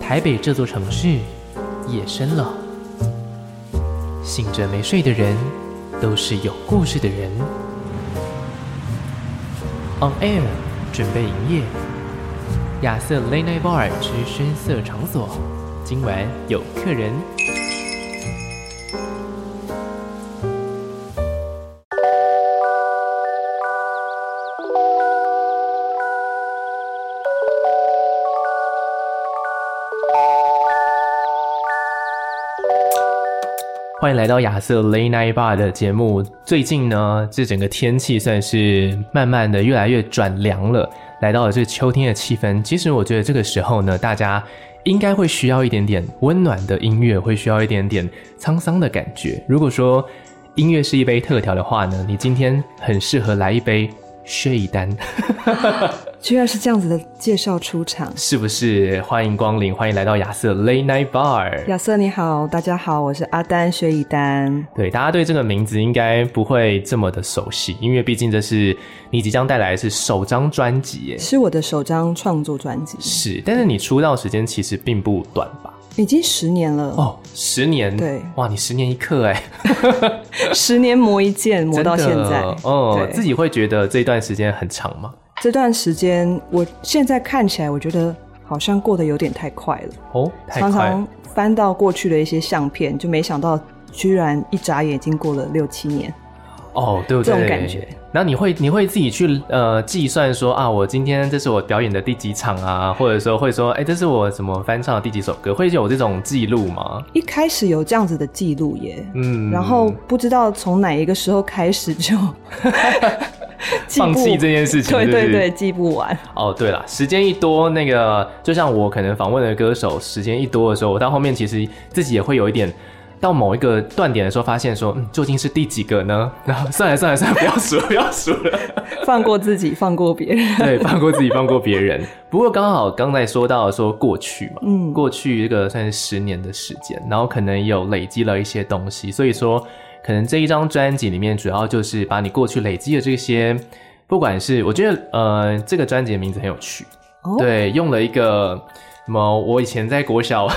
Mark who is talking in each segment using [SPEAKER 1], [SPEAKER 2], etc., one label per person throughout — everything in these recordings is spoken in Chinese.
[SPEAKER 1] 台北这座城市，夜深了。醒着没睡的人，都是有故事的人。On Air 准备营业，亚瑟 Late Night Bar 之深色场所，今晚有客人。欢迎来到亚瑟 Late Night Bar 的节目。最近呢，这整个天气算是慢慢的越来越转凉了，来到了这秋天的气氛。其实我觉得这个时候呢，大家应该会需要一点点温暖的音乐，会需要一点点沧桑的感觉。如果说音乐是一杯特调的话呢，你今天很适合来一杯薛一丹。
[SPEAKER 2] 居然是这样子的介绍出场。
[SPEAKER 1] 是不是？欢迎光临，欢迎来到亚瑟 Late Night Bar。
[SPEAKER 2] 亚瑟你好，大家好，我是阿丹薛以丹。
[SPEAKER 1] 对，大家对这个名字应该不会这么的熟悉，因为毕竟这是你即将带来的是首张专辑耶。
[SPEAKER 2] 是我的首张创作专辑，
[SPEAKER 1] 是，但是你出道时间其实并不短吧？
[SPEAKER 2] 已经十年了，
[SPEAKER 1] 哦，十年。
[SPEAKER 2] 对
[SPEAKER 1] 哇，你十年一刻哎，
[SPEAKER 2] 十年磨一剑，磨到现
[SPEAKER 1] 真的
[SPEAKER 2] 在。
[SPEAKER 1] 哦，
[SPEAKER 2] 对
[SPEAKER 1] 自己会觉得这段时间很长吗？
[SPEAKER 2] 这段时间，我现在看起来，我觉得好像过得有点太快了，
[SPEAKER 1] 哦，太
[SPEAKER 2] 常
[SPEAKER 1] 快了
[SPEAKER 2] 常翻到过去的一些相片，就没想到居然一眨眼已经过了六七年。
[SPEAKER 1] 哦，对不对？
[SPEAKER 2] 这种感觉。
[SPEAKER 1] 然后你会你会自己去呃计算说啊，我今天这是我表演的第几场啊，或者说会说哎，这是我什么翻唱的第几首歌，会有这种记录吗？
[SPEAKER 2] 一开始有这样子的记录耶，
[SPEAKER 1] 嗯，
[SPEAKER 2] 然后不知道从哪一个时候开始就 记
[SPEAKER 1] 放
[SPEAKER 2] 不
[SPEAKER 1] 弃这件事情，
[SPEAKER 2] 对
[SPEAKER 1] 是不
[SPEAKER 2] 对
[SPEAKER 1] 是
[SPEAKER 2] 对，记不完。
[SPEAKER 1] 哦，对了，时间一多，那个就像我可能访问的歌手，时间一多的时候，我到后面其实自己也会有一点。到某一个断点的时候，发现说，嗯，究竟是第几个呢？然后算了算了算了，不要数 了，不要数了。
[SPEAKER 2] 放过自己，放过别 人。
[SPEAKER 1] 对，放过自己，放过别人。 不过刚好刚才说到说过去嘛，
[SPEAKER 2] 嗯
[SPEAKER 1] 过去这个算是十年的时间，然后可能也有累积了一些东西，所以说可能这一张专辑里面主要就是把你过去累积的这些，不管是我觉得呃这个专辑的名字很有趣，
[SPEAKER 2] 哦
[SPEAKER 1] 对，用了一个。什么？我以前在国小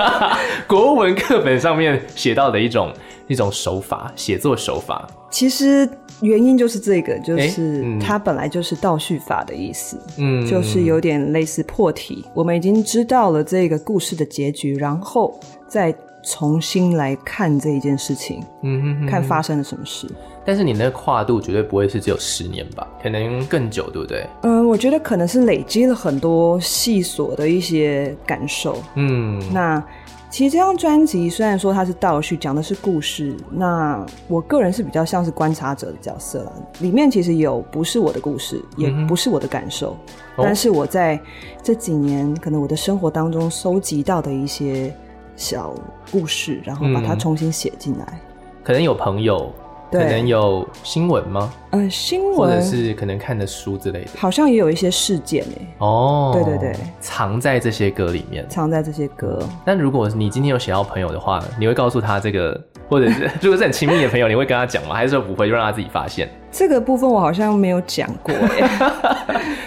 [SPEAKER 1] 国文课本上面写到的一种一种手法，写作手法。
[SPEAKER 2] 其实原因就是这个，就
[SPEAKER 1] 诶
[SPEAKER 2] 是
[SPEAKER 1] 嗯
[SPEAKER 2] 它本来就是倒叙法的意思，
[SPEAKER 1] 嗯，
[SPEAKER 2] 就是有点类似破题。我们已经知道了这个故事的结局，然后再重新来看这一件事情，
[SPEAKER 1] 嗯哼哼
[SPEAKER 2] 看发生了什么事。
[SPEAKER 1] 但是你那个跨度绝对不会是只有十年吧，可能更久，对不对？
[SPEAKER 2] 嗯，我觉得可能是累积了很多细琐的一些感受，
[SPEAKER 1] 嗯，
[SPEAKER 2] 那其实这张专辑虽然说它是倒叙，讲的是故事，那我个人是比较像是观察者的角色了。里面其实有不是我的故事，也不是我的感受，
[SPEAKER 1] 嗯哦
[SPEAKER 2] 但是我在这几年可能我的生活当中收集到的一些小故事，然后把它
[SPEAKER 1] 嗯
[SPEAKER 2] 重新写进来。
[SPEAKER 1] 可能有朋友，可
[SPEAKER 2] 对
[SPEAKER 1] 能有新闻吗？
[SPEAKER 2] 嗯、新
[SPEAKER 1] 或者
[SPEAKER 2] 闻
[SPEAKER 1] 是可能看的书之类的。
[SPEAKER 2] 好像也有一些事件欸诶、
[SPEAKER 1] 哦，
[SPEAKER 2] 对对对，
[SPEAKER 1] 藏在这些歌里面。
[SPEAKER 2] 藏在这些歌。
[SPEAKER 1] 但如果你今天有写到朋友的话，你会告诉他这个， 或者是如果是很亲密的朋友，你会跟他讲吗？还是说不会，就让他自己发现？
[SPEAKER 2] 这个部分我好像没有讲过、欸，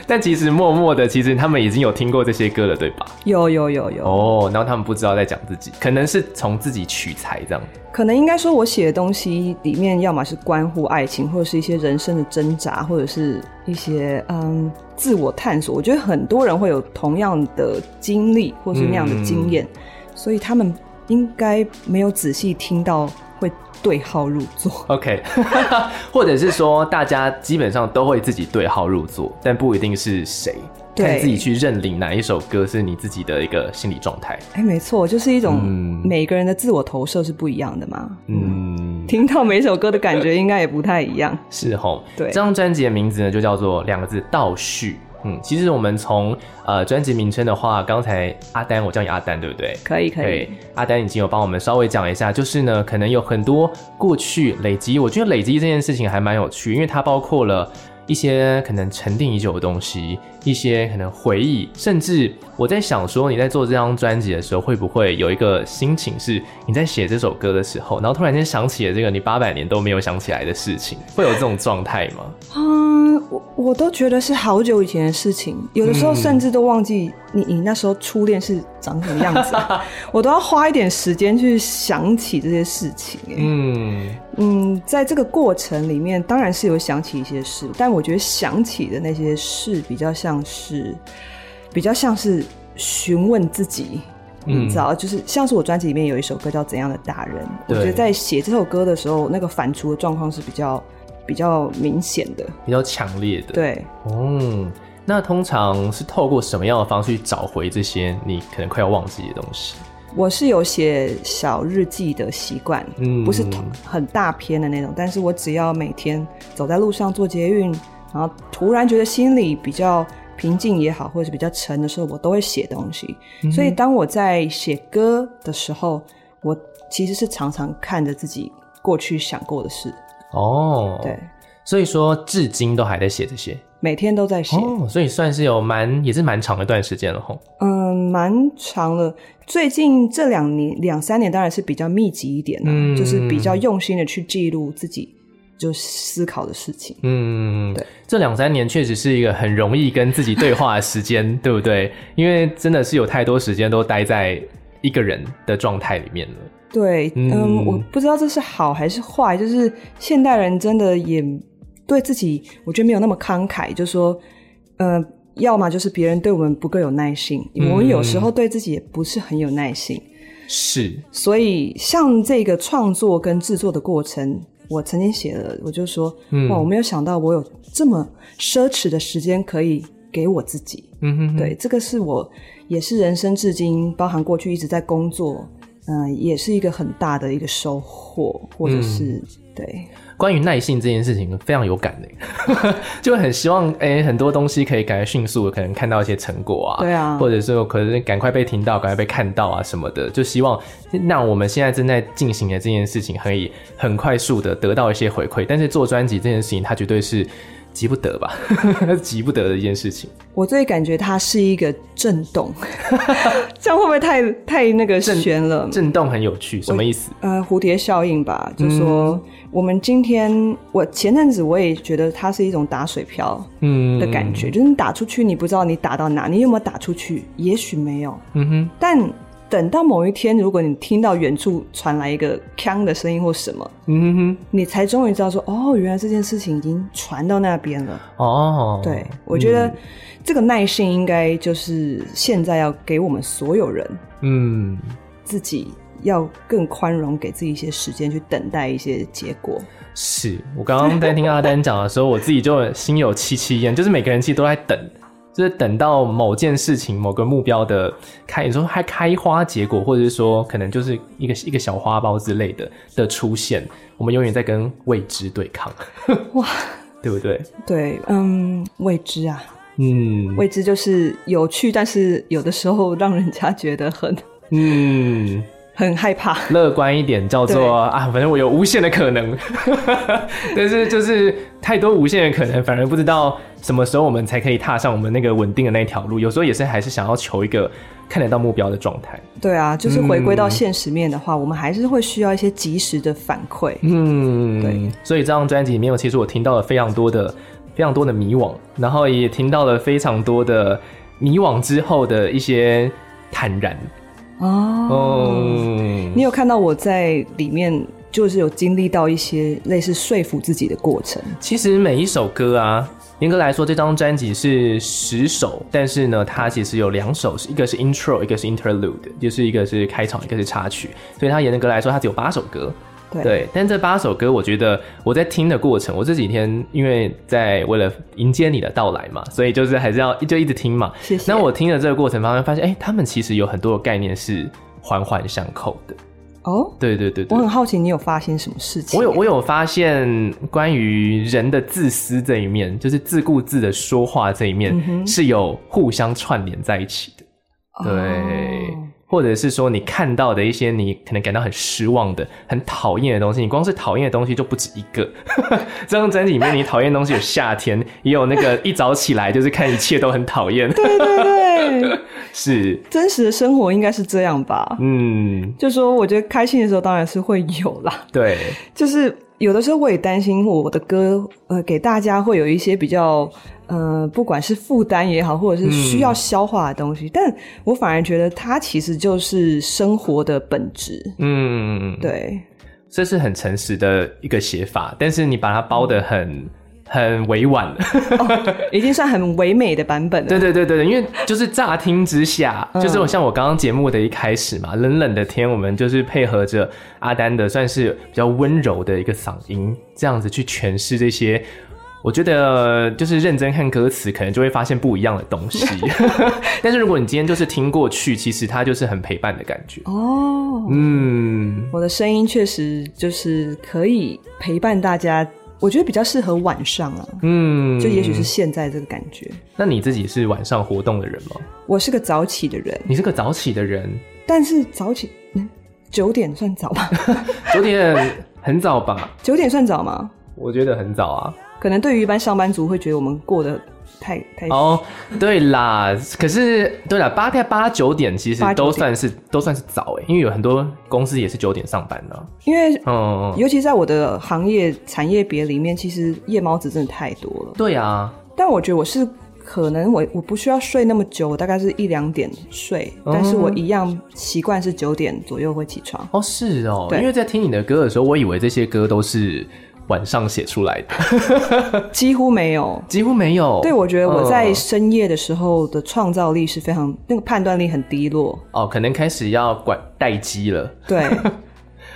[SPEAKER 1] 但其实默默的，其实他们已经有听过这些歌了，对吧？
[SPEAKER 2] 有有有有，
[SPEAKER 1] 哦，然后他们不知道在讲自己，可能是从自己取材这样。
[SPEAKER 2] 可能应该说，我写的东西里面，要么是关乎爱情，或者是一些人生的挣扎，或者是一些嗯自我探索。我觉得很多人会有同样的经历，或是那样的经验，所以他们应该没有仔细听到，会对号入座。
[SPEAKER 1] OK，或者是说大家基本上都会自己对号入座，但不一定是谁，
[SPEAKER 2] 对
[SPEAKER 1] 看自己去认领哪一首歌是你自己的一个心理状态。
[SPEAKER 2] 哎，没错，就是一种
[SPEAKER 1] 嗯
[SPEAKER 2] 每个人的自我投射是不一样的嘛。
[SPEAKER 1] 嗯，
[SPEAKER 2] 听到每首歌的感觉应该也不太一样。
[SPEAKER 1] 是吼。
[SPEAKER 2] 对
[SPEAKER 1] 这张专辑的名字呢就叫做两个字倒叙。嗯，其实我们从呃专辑名称的话，刚才阿丹，我叫你阿丹对不对？
[SPEAKER 2] 可以，可以
[SPEAKER 1] 对。，阿丹已经有帮我们稍微讲一下，就是呢，可能有很多过去累积，我觉得累积这件事情还蛮有趣，因为它包括了一些可能沉淀已久的东西，一些可能回忆，甚至我在想说，你在做这张专辑的时候，会不会有一个心情是你在写这首歌的时候，然后突然间想起了这个你八百年都没有想起来的事情，会有这种状态吗？
[SPEAKER 2] 嗯，我我都觉得是好久以前的事情，有的时候甚至都忘记你你那时候初恋是长什么样 子，我都要花一点时间去想起这些事情、欸。
[SPEAKER 1] 嗯，
[SPEAKER 2] 嗯，在这个过程里面，当然是有想起一些事，但我觉得想起的那些事比较像是，比较像是询问自己，
[SPEAKER 1] 嗯
[SPEAKER 2] 你知道，就是像是我专辑里面有一首歌叫《怎样的大人》，我
[SPEAKER 1] 对
[SPEAKER 2] 觉得在写这首歌的时候，那个反刍的状况是比较比较明显的。
[SPEAKER 1] 比较强烈的。，
[SPEAKER 2] 对，
[SPEAKER 1] 嗯，那通常是透过什么样的方式去找回这些你可能快要忘记的东西？
[SPEAKER 2] 我是有写小日记的习惯，
[SPEAKER 1] 嗯
[SPEAKER 2] 不是同很大篇的那种，但是我只要每天走在路上做捷运，然后突然觉得心里比较平静也好，或者是比较沉的时候，我都会写东西。
[SPEAKER 1] 嗯
[SPEAKER 2] 所以当我在写歌的时候，我其实是常常看着自己过去想过的事，
[SPEAKER 1] 哦，
[SPEAKER 2] 对，，
[SPEAKER 1] 所以说至今都还在写这些。
[SPEAKER 2] 每天都在写，
[SPEAKER 1] 哦，所以算是有蛮也是蛮长的一段时间了吼。
[SPEAKER 2] 嗯，蛮长了。最近这两年两三年当然是比较密集一点的、
[SPEAKER 1] 嗯
[SPEAKER 2] 就是比较用心的去记录自己就思考的事情。
[SPEAKER 1] 嗯
[SPEAKER 2] 对，
[SPEAKER 1] 这两三年确实是一个很容易跟自己对话的时 间，对不对？因为真的是有太多时间都待在一个人的状态里面了。
[SPEAKER 2] 对，嗯
[SPEAKER 1] 嗯
[SPEAKER 2] 我不知道这是好还是坏，就是现代人真的也对自己，我觉得没有那么慷慨，就说，呃，要么就是别人对我们不够有耐心，我们有时候对自己也不是很有耐心，
[SPEAKER 1] 是，
[SPEAKER 2] 所以像这个创作跟制作的过程。我曾经写了，我就说，
[SPEAKER 1] 嗯
[SPEAKER 2] 哇，我没有想到我有这么奢侈的时间可以给我自己。
[SPEAKER 1] 嗯哼哼，
[SPEAKER 2] 对，这个是我也是人生至今，包含过去一直在工作，嗯、也是一个很大的一个收获，或者是、
[SPEAKER 1] 嗯
[SPEAKER 2] 对，
[SPEAKER 1] 关于耐性这件事情非常有感的， 就会很希望哎、很多东西可以赶快迅速，可能看到一些成果啊，
[SPEAKER 2] 对啊
[SPEAKER 1] 或者是可能赶快被听到，赶快被看到啊什么的，就希望那我们现在正在进行的这件事情可以很快速的得到一些回馈，但是做专辑这件事情，它绝对是急不得吧， 急不得的一件事情。
[SPEAKER 2] 我最感觉它是一个震动， 这样会不会太太那个悬了？
[SPEAKER 1] 震动很有趣，什么意思？
[SPEAKER 2] 呃，蝴蝶效应吧，就说、
[SPEAKER 1] 嗯
[SPEAKER 2] 我们今天，我前阵子我也觉得它是一种打水漂
[SPEAKER 1] 嗯
[SPEAKER 2] 的感，觉，就是你打出去，你不知道你打到哪，你有没有打出去？也许没有，
[SPEAKER 1] 嗯哼，
[SPEAKER 2] 但等到某一天，如果你听到远处传来一个“锵”的声音或什么，
[SPEAKER 1] 嗯哼
[SPEAKER 2] 你才终于知道说，哦，原来这件事情已经传到那边了。
[SPEAKER 1] 哼，哦，
[SPEAKER 2] 对，我觉得这个耐性应该就是现在要给我们所有人
[SPEAKER 1] 嗯。
[SPEAKER 2] 自己要更宽容，给自己一些时间去等待一些结果。
[SPEAKER 1] 是我刚刚在听阿丹讲的时候，我自己就心有戚戚焉，就是每个人其实都在等，就是等到某件事情、某个目标的开，你说还开花结果，或者是说可能就是一个一个小花苞之类的的出现，我们永远在跟未知对抗，
[SPEAKER 2] 哇，
[SPEAKER 1] 对不对？
[SPEAKER 2] 对，嗯，未知啊，
[SPEAKER 1] 嗯，
[SPEAKER 2] 未知就是有趣，但是有的时候让人家觉得很
[SPEAKER 1] 嗯，
[SPEAKER 2] 很害怕。
[SPEAKER 1] 乐观一点叫
[SPEAKER 2] 对
[SPEAKER 1] 做啊，反正我有无限的可能， 但是就是太多无限的可能，反而不知道什么时候我们才可以踏上我们那个稳定的那条路。有时候也是还是想要求一个看得到目标的状态。
[SPEAKER 2] 对啊，就是回归到
[SPEAKER 1] 嗯
[SPEAKER 2] 现实面的话，我们还是会需要一些及时的反馈。
[SPEAKER 1] 嗯，
[SPEAKER 2] 对。
[SPEAKER 1] 所以这张专辑里面，其实我听到了非常多的、非常多的迷惘，然后也听到了非常多的迷惘之后的一些坦然。
[SPEAKER 2] 哦，
[SPEAKER 1] 嗯
[SPEAKER 2] 你有看到我在里面就是有经历到一些类似说服自己的过程，
[SPEAKER 1] 其实每一首歌啊，严格来说，这张专辑是十首，但是呢，它其实有两首，一个是 intro，一个是 interlude，就是一个是开场，一个是插曲，所以它严格来说，它只有八首歌。
[SPEAKER 2] 对
[SPEAKER 1] 对，但这八首歌，我觉得我在听的过程，我这几天因为在为了迎接你的到来嘛，所以就是还是要就一直听嘛。
[SPEAKER 2] 谢谢
[SPEAKER 1] 那我听的这个过程当中，发现哎、他们其实有很多的概念是环环相扣的。
[SPEAKER 2] 哦，
[SPEAKER 1] 对对对对，
[SPEAKER 2] 我很好奇你有发现什么事情？
[SPEAKER 1] 我有我有发现关于人的自私这一面，就是自顾自的说话这一面、
[SPEAKER 2] 嗯
[SPEAKER 1] 是有互相串联在一起的，对。
[SPEAKER 2] 哦
[SPEAKER 1] 或者是说，你看到的一些你可能感到很失望的、很讨厌的东西，你光是讨厌的东西就不止一个。 这张专辑里面，你讨厌的东西有 夏天，也有那个一早起来就是看一切都很讨厌。
[SPEAKER 2] 对对对，
[SPEAKER 1] 是，
[SPEAKER 2] 真实的生活应该是这样吧？
[SPEAKER 1] 嗯，
[SPEAKER 2] 就说我觉得开心的时候当然是会有啦，
[SPEAKER 1] 对，
[SPEAKER 2] 就是有的时候我也担心我的歌，呃，给大家会有一些比较，呃，不管是负担也好，或者是需要消化的东西，
[SPEAKER 1] 嗯
[SPEAKER 2] 但我反而觉得它其实就是生活的本质。
[SPEAKER 1] 嗯，，
[SPEAKER 2] 对，
[SPEAKER 1] 这是很诚实的一个写法，但是你把它包
[SPEAKER 2] 嗯
[SPEAKER 1] 的很很委婉。
[SPEAKER 2] 已经算很唯美的版本了。
[SPEAKER 1] 对对对对对，因为就是乍听之下，
[SPEAKER 2] 嗯
[SPEAKER 1] 就是我像我刚刚节目的一开始嘛，冷冷的天，我们就是配合着阿丹的算是比较温柔的一个嗓音，这样子去诠释这些。我觉得就是认真看歌词，可能就会发现不一样的东 西。 但是如果你今天就是听过去，其实它就是很陪伴的感觉。
[SPEAKER 2] 哦，
[SPEAKER 1] 嗯，
[SPEAKER 2] 我的声音确实就是可以陪伴大家，我觉得比较适合晚上啊，
[SPEAKER 1] 嗯，
[SPEAKER 2] 就也许是现在这个感觉。
[SPEAKER 1] 那你自己是晚上活动的人吗？
[SPEAKER 2] 我是个早起的人，
[SPEAKER 1] 你是个早起的人，
[SPEAKER 2] 但是早起嗯九点算早吧？
[SPEAKER 1] 九点很早吧？
[SPEAKER 2] 九点算早吗？
[SPEAKER 1] 我觉得很早啊。
[SPEAKER 2] 可能对于一般上班族会觉得我们过得太太
[SPEAKER 1] 哦，对啦，可是对啦，八点八九点其实
[SPEAKER 2] 八九
[SPEAKER 1] 都
[SPEAKER 2] 点
[SPEAKER 1] 算是都算是早哎、因为有很多公司也是九点上班的啊、
[SPEAKER 2] 因为
[SPEAKER 1] 嗯，
[SPEAKER 2] 尤其在我的行业产业别里面，其实夜猫子真的太多了。
[SPEAKER 1] 对啊，
[SPEAKER 2] 但我觉得我是可能我我不需要睡那么久，我大概是一两点睡，
[SPEAKER 1] 哦
[SPEAKER 2] 但是我一样习惯是九点左右会起床。
[SPEAKER 1] 哦是哦，
[SPEAKER 2] 对
[SPEAKER 1] 因为在听你的歌的时候，我以为这些歌都是晚上写出来的，
[SPEAKER 2] 几乎没有。
[SPEAKER 1] 几乎没有。
[SPEAKER 2] 对，我觉得我在
[SPEAKER 1] 嗯
[SPEAKER 2] 深夜的时候的创造力是非常，那个判断力很低落。
[SPEAKER 1] 哦，可能开始要管待机了。
[SPEAKER 2] 对，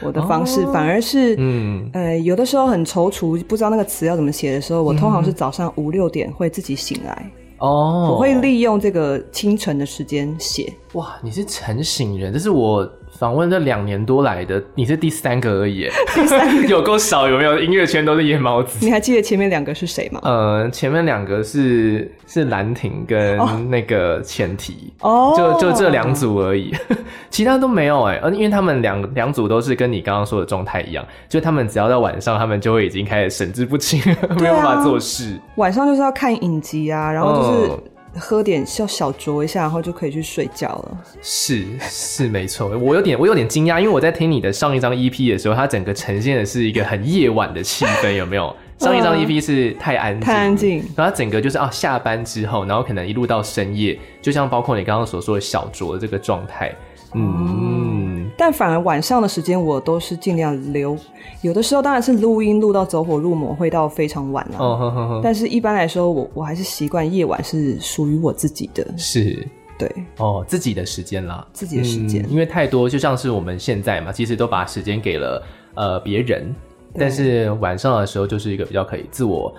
[SPEAKER 2] 我的方式反而是，
[SPEAKER 1] 嗯，
[SPEAKER 2] 呃，有的时候很踌躇，不知道那个词要怎么写的时候，我
[SPEAKER 1] 嗯
[SPEAKER 2] 通常是早上五六点会自己醒来，
[SPEAKER 1] 哦，
[SPEAKER 2] 我会利用这个清晨的时间 写。
[SPEAKER 1] 哇，你是晨醒人，这是我访问这两年多来的，你是第三个而已 耶，第三个 有够少，有没有？音乐圈都是夜猫子。
[SPEAKER 2] 你还记得前面两个是谁吗？
[SPEAKER 1] 呃，前面两个是是兰亭跟那个前提。
[SPEAKER 2] 哦，
[SPEAKER 1] 就就这两组而已， 其他都没有哎、而因为他们两两组都是跟你刚刚说的状态一样，就他们只要到晚上，他们就会已经开始神志不清， 没有办法做事。
[SPEAKER 2] 晚上就是要看影集啊，然后
[SPEAKER 1] 哦
[SPEAKER 2] 就是喝点小小酌一下，然后就可以去睡觉了。
[SPEAKER 1] 是是没错，我有点我有点惊讶，因为我在听你的上一张 EP 的时候，它整个呈现的是一个很夜晚的气氛，有没有？上一张
[SPEAKER 2] 嗯
[SPEAKER 1] EP 是太安静，
[SPEAKER 2] 太安静，
[SPEAKER 1] 然后它整个就是啊，下班之后，然后可能一路到深夜，就像包括你刚刚所说的小酌的这个状态，嗯，
[SPEAKER 2] 但反而晚上的时间我都是尽量留，有的时候当然是录音录到走火入魔，会到非常晚了、啊
[SPEAKER 1] 哦呵呵呵，
[SPEAKER 2] 但是一般来说，我我还是习惯夜晚是属于我自己的，
[SPEAKER 1] 是
[SPEAKER 2] 对
[SPEAKER 1] 哦，自己的时间啦，
[SPEAKER 2] 自己的时间
[SPEAKER 1] 嗯，因为太多，就像是我们现在嘛，其实都把时间给了呃别人，
[SPEAKER 2] 对
[SPEAKER 1] 但是晚上的时候就是一个比较可以自我。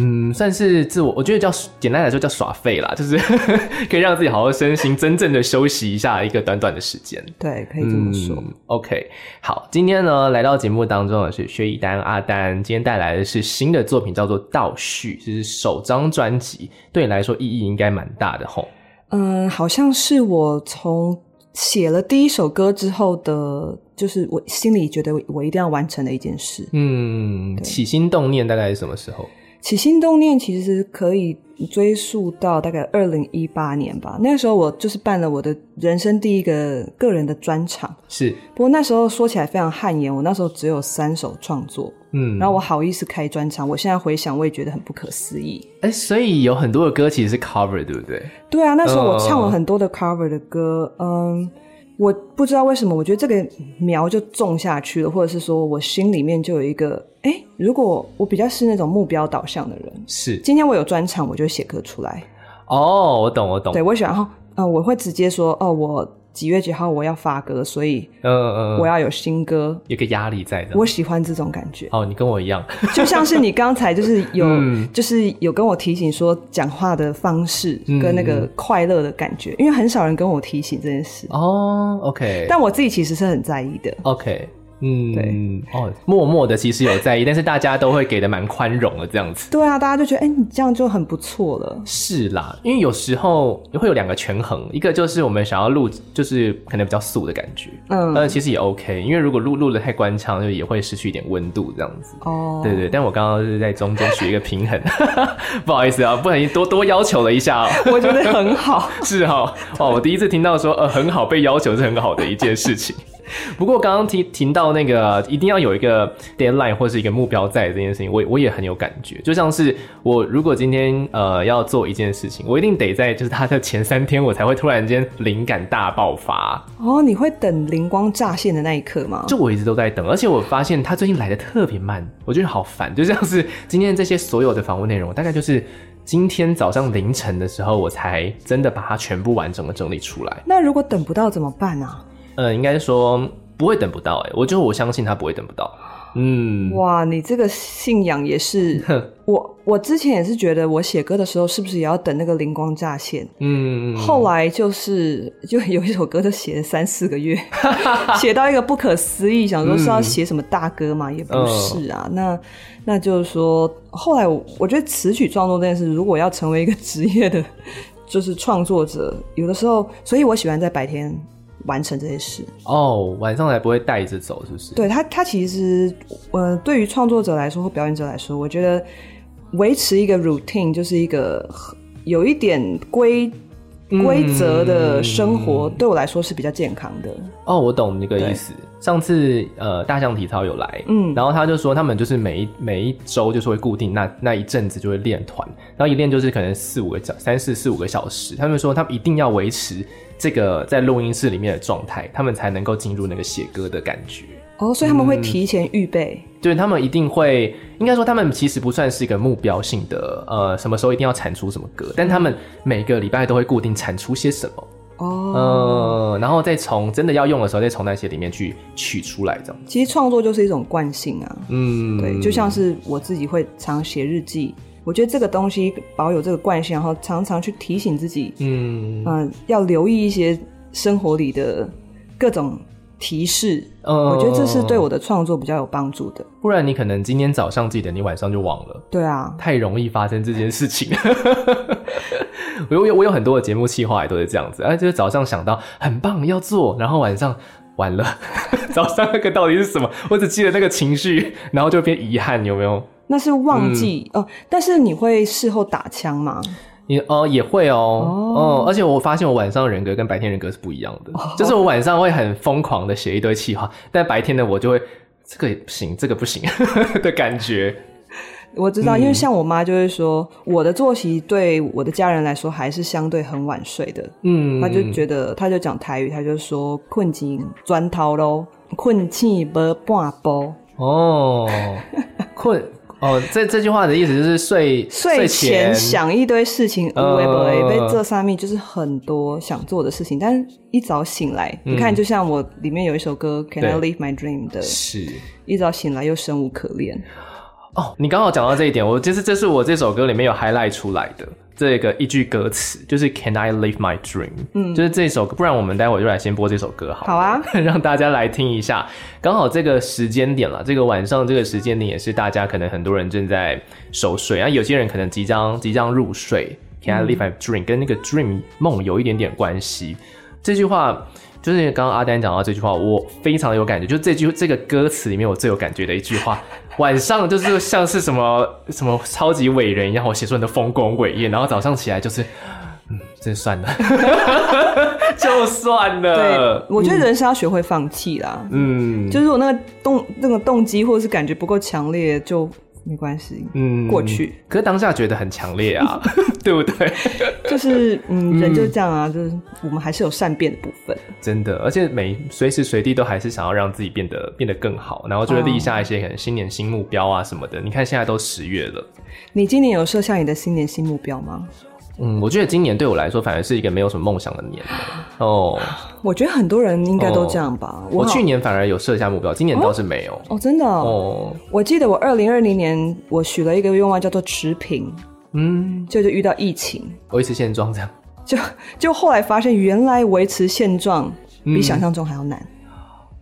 [SPEAKER 1] 嗯，算是自我，我觉得叫简单来说叫耍废啦，就是 可以让自己好好身心真正的休息一下一个短短的时间。
[SPEAKER 2] 对，可以这么说。
[SPEAKER 1] 嗯 OK，好，今天呢来到节目当中的是薛一丹阿丹，今天带来的是新的作品，叫做《倒叙》，这是首张专辑，对你来说意义应该蛮大的吼。
[SPEAKER 2] 嗯好像是我从写了第一首歌之后的，就是我心里觉得我一定要完成的一件事。
[SPEAKER 1] 嗯，起心动念大概是什么时候？
[SPEAKER 2] 起心动念其实可以追溯到大概二零一八年吧，那时候我就是办了我的人生第一个个人的专场。
[SPEAKER 1] 是，
[SPEAKER 2] 不过那时候说起来非常汗颜，我那时候只有三首创作，
[SPEAKER 1] 嗯，
[SPEAKER 2] 然后我好意思开专场，我现在回想我也觉得很不可思议。
[SPEAKER 1] 哎、所以有很多的歌其实是 cover，对不对？
[SPEAKER 2] 对啊，那时候我唱了
[SPEAKER 1] 嗯
[SPEAKER 2] 很多的 cover 的歌，嗯，我不知道为什么，我觉得这个苗就种下去了，或者是说我心里面就有一个，哎，如果我比较是那种目标导向的人，
[SPEAKER 1] 是，
[SPEAKER 2] 今天我有专场，我就会写歌出来。
[SPEAKER 1] 哦，我懂，我懂，
[SPEAKER 2] 对，我喜欢，嗯、呃，我会直接说，哦，我几月几号我要发歌，所以
[SPEAKER 1] 嗯嗯，嗯
[SPEAKER 2] 我要有新歌。
[SPEAKER 1] 有个压力在的。，
[SPEAKER 2] 我喜欢这种感觉
[SPEAKER 1] 哦，你跟我一 样，
[SPEAKER 2] 就像是你刚才就是 有，
[SPEAKER 1] 嗯
[SPEAKER 2] 就是有跟我提醒说讲话的方式
[SPEAKER 1] 嗯
[SPEAKER 2] 跟那个快乐的感觉，因为很少人跟我提醒这件事，
[SPEAKER 1] 哦，OK，
[SPEAKER 2] 但我自己其实是很在意的。
[SPEAKER 1] OK，嗯，哦，默默的其实有在意，但是大家都会给的蛮宽容的这样子。
[SPEAKER 2] 对啊，大家就觉得，哎、你这样就很不错了。
[SPEAKER 1] 是啦，因为有时候会有两个权衡，一个就是我们想要录，就是可能比较素的感觉，
[SPEAKER 2] 嗯
[SPEAKER 1] 呃，其实也 OK，因为如果录录的太官腔，就也会失去一点温度这样子。
[SPEAKER 2] 哦，
[SPEAKER 1] 对对，但我刚刚是在中间取一个平衡， 不好意思啊，不小心多多要求了一下哦。
[SPEAKER 2] 我觉得很好。
[SPEAKER 1] 是哈、哦，哇！我第一次听到说，呃，很好，被要求是很好的一件事情。 不过刚刚提提到那个一定要有一个 deadline 或是一个目标在这件事情，我我也很有感觉。就像是我如果今天呃要做一件事情，我一定得在就是它的前三天，我才会突然间灵感大爆发。
[SPEAKER 2] 哦，你会等灵光乍现的那一刻吗？
[SPEAKER 1] 就我一直都在等，而且我发现他最近来的特别慢，我觉得好烦。就像是今天这些所有的访问内容，大概就是今天早上凌晨的时候，我才真的把它全部完整的整理出来。
[SPEAKER 2] 那如果等不到怎么办啊？
[SPEAKER 1] 呃，应该是说不会等不到、欸，哎，我就我相信他不会等不到。嗯，
[SPEAKER 2] 哇，你这个信仰也是我，我之前也是觉得我写歌的时候是不是也要等那个灵光乍现？
[SPEAKER 1] 嗯，
[SPEAKER 2] 后来就是就有一首歌，就写了三四个月，写到一个不可思议，想说是要写什么大歌嘛，也不是啊。那那就是说，后来我我觉得词曲创作这件事，如果要成为一个职业的，就是创作者，有的时候，所以我喜欢在白天完成这些事。
[SPEAKER 1] 哦，晚上才不会带着走，是不是？
[SPEAKER 2] 对他，他其实，呃，对于创作者来说或表演者来说，我觉得维持一个 routine 就是一个很有一点规
[SPEAKER 1] 嗯
[SPEAKER 2] 规则的生活，对我来说是比较健康的。
[SPEAKER 1] 哦，我懂那个
[SPEAKER 2] 对
[SPEAKER 1] 意思。上次呃，大象体操有来，
[SPEAKER 2] 嗯
[SPEAKER 1] 然后他就说他们就是每一每一周就是会固定那那一阵子就会练团，然后一练就是可能四五个小三四四五个小时。他们说他们一定要维持这个在录音室里面的状态，他们才能够进入那个写歌的感觉。
[SPEAKER 2] 哦，所以他们会
[SPEAKER 1] 嗯
[SPEAKER 2] 提前预备。
[SPEAKER 1] 对他们一定会，应该说他们其实不算是一个目标性的，呃，什么时候一定要产出什么歌，但他们每个礼拜都会固定产出些什么，
[SPEAKER 2] 哦，
[SPEAKER 1] 嗯、然后再从真的要用的时候，再从那些里面去取出来，这样，
[SPEAKER 2] 其实创作就是一种惯性啊。
[SPEAKER 1] 嗯，
[SPEAKER 2] 对，就像是我自己会常写日记，我觉得这个东西保有这个惯性，然后常常去提醒自己，
[SPEAKER 1] 嗯
[SPEAKER 2] 嗯、要留意一些生活里的各种提示。
[SPEAKER 1] 嗯，
[SPEAKER 2] 我觉得这是对，我的创作比较有帮助的。
[SPEAKER 1] 不然你可能今天早上记得，你晚上就忘了。
[SPEAKER 2] 对啊，
[SPEAKER 1] 太容易发生这件事情。 我有我有很多的节目企划也都是这样子，啊，就是早上想到很棒要做，然后晚上完了， 早上那个到底是什么？我只记得那个情绪，然后就变遗憾，有没有？
[SPEAKER 2] 那是忘记
[SPEAKER 1] 嗯
[SPEAKER 2] 哦、但是你会事后打枪吗？
[SPEAKER 1] 你哦也会哦，哦、而且我发现我晚上人格跟白天人格是不一样的，就是我晚上会很疯狂的写一堆企划，但白天呢我就会这个也不行，这个不行 的感觉。
[SPEAKER 2] 我知道，
[SPEAKER 1] 嗯
[SPEAKER 2] 因为像我妈就会说，我的作息对我的家人来说还是相对很晚睡的。
[SPEAKER 1] 嗯，
[SPEAKER 2] 她就觉得，她就讲台语，她就说困境砖头喽，困气不半波，
[SPEAKER 1] 哦，困哦，这这句话的意思就是睡
[SPEAKER 2] 睡前
[SPEAKER 1] 前
[SPEAKER 2] 想一堆事情，
[SPEAKER 1] 呃
[SPEAKER 2] 无为不为，被这上面就是很多想做的事情，但是一早醒来，你看，就像我里面有一首歌《Can I
[SPEAKER 1] 对
[SPEAKER 2] Live My Dream》的，
[SPEAKER 1] 嗯是
[SPEAKER 2] 一早醒来又生无可恋。
[SPEAKER 1] 哦。你刚好讲到这一点，我就是这是我这首歌里面有 highlight 出来的这个一句歌词，就是 Can I live my dream？嗯，就是这首歌，不然我们待会就来先播这首歌好了。
[SPEAKER 2] 好啊，
[SPEAKER 1] 让大家来听一下。刚好这个时间点了，这个晚上这个时间点也是大家可能很多人正在熟睡，啊，有些人可能即将即将入睡。Can I live my dream？跟那个 dream 梦有一点点关系。这句话就是刚刚阿丹讲到这句话，我非常有感觉。就这句这个歌词里面，我最有感觉的一句话。 晚上就是像是什么什么超级伟人一样，我写出你的丰功伟业，然后早上起来就是，嗯，这算了， 就算了。
[SPEAKER 2] 对，我觉得人是要学会放弃啦。
[SPEAKER 1] 呃嗯，
[SPEAKER 2] 就是我那个动那个动机或者是感觉不够强烈，就没关系，
[SPEAKER 1] 嗯
[SPEAKER 2] 过去。
[SPEAKER 1] 可是当下觉得很强烈 啊，对不对？
[SPEAKER 2] 就是嗯，人就是这样啊，就是我们还是有善变的部分。
[SPEAKER 1] 真的，而且每随时随地都还是想要让自己变得变得更好，然后就会立下一些可能新年新目标啊什么的。你看现在都十月了，
[SPEAKER 2] 你今年有设下你的新年新目标吗？
[SPEAKER 1] 嗯，我觉得今年对我来说反而是一个没有什么梦想的年哦。
[SPEAKER 2] 我觉得很多人应该都这样吧。
[SPEAKER 1] 我
[SPEAKER 2] 好
[SPEAKER 1] 去年反而有设下目标，今年倒是没有。
[SPEAKER 2] 哦，真的哦。
[SPEAKER 1] 哦，
[SPEAKER 2] 我记得我二零二零年我许了一个愿望叫做持平，
[SPEAKER 1] 嗯，
[SPEAKER 2] 就就遇到疫情，
[SPEAKER 1] 维持现状这样。嗯
[SPEAKER 2] 就就后来发现原来维持现状比想象中还要难。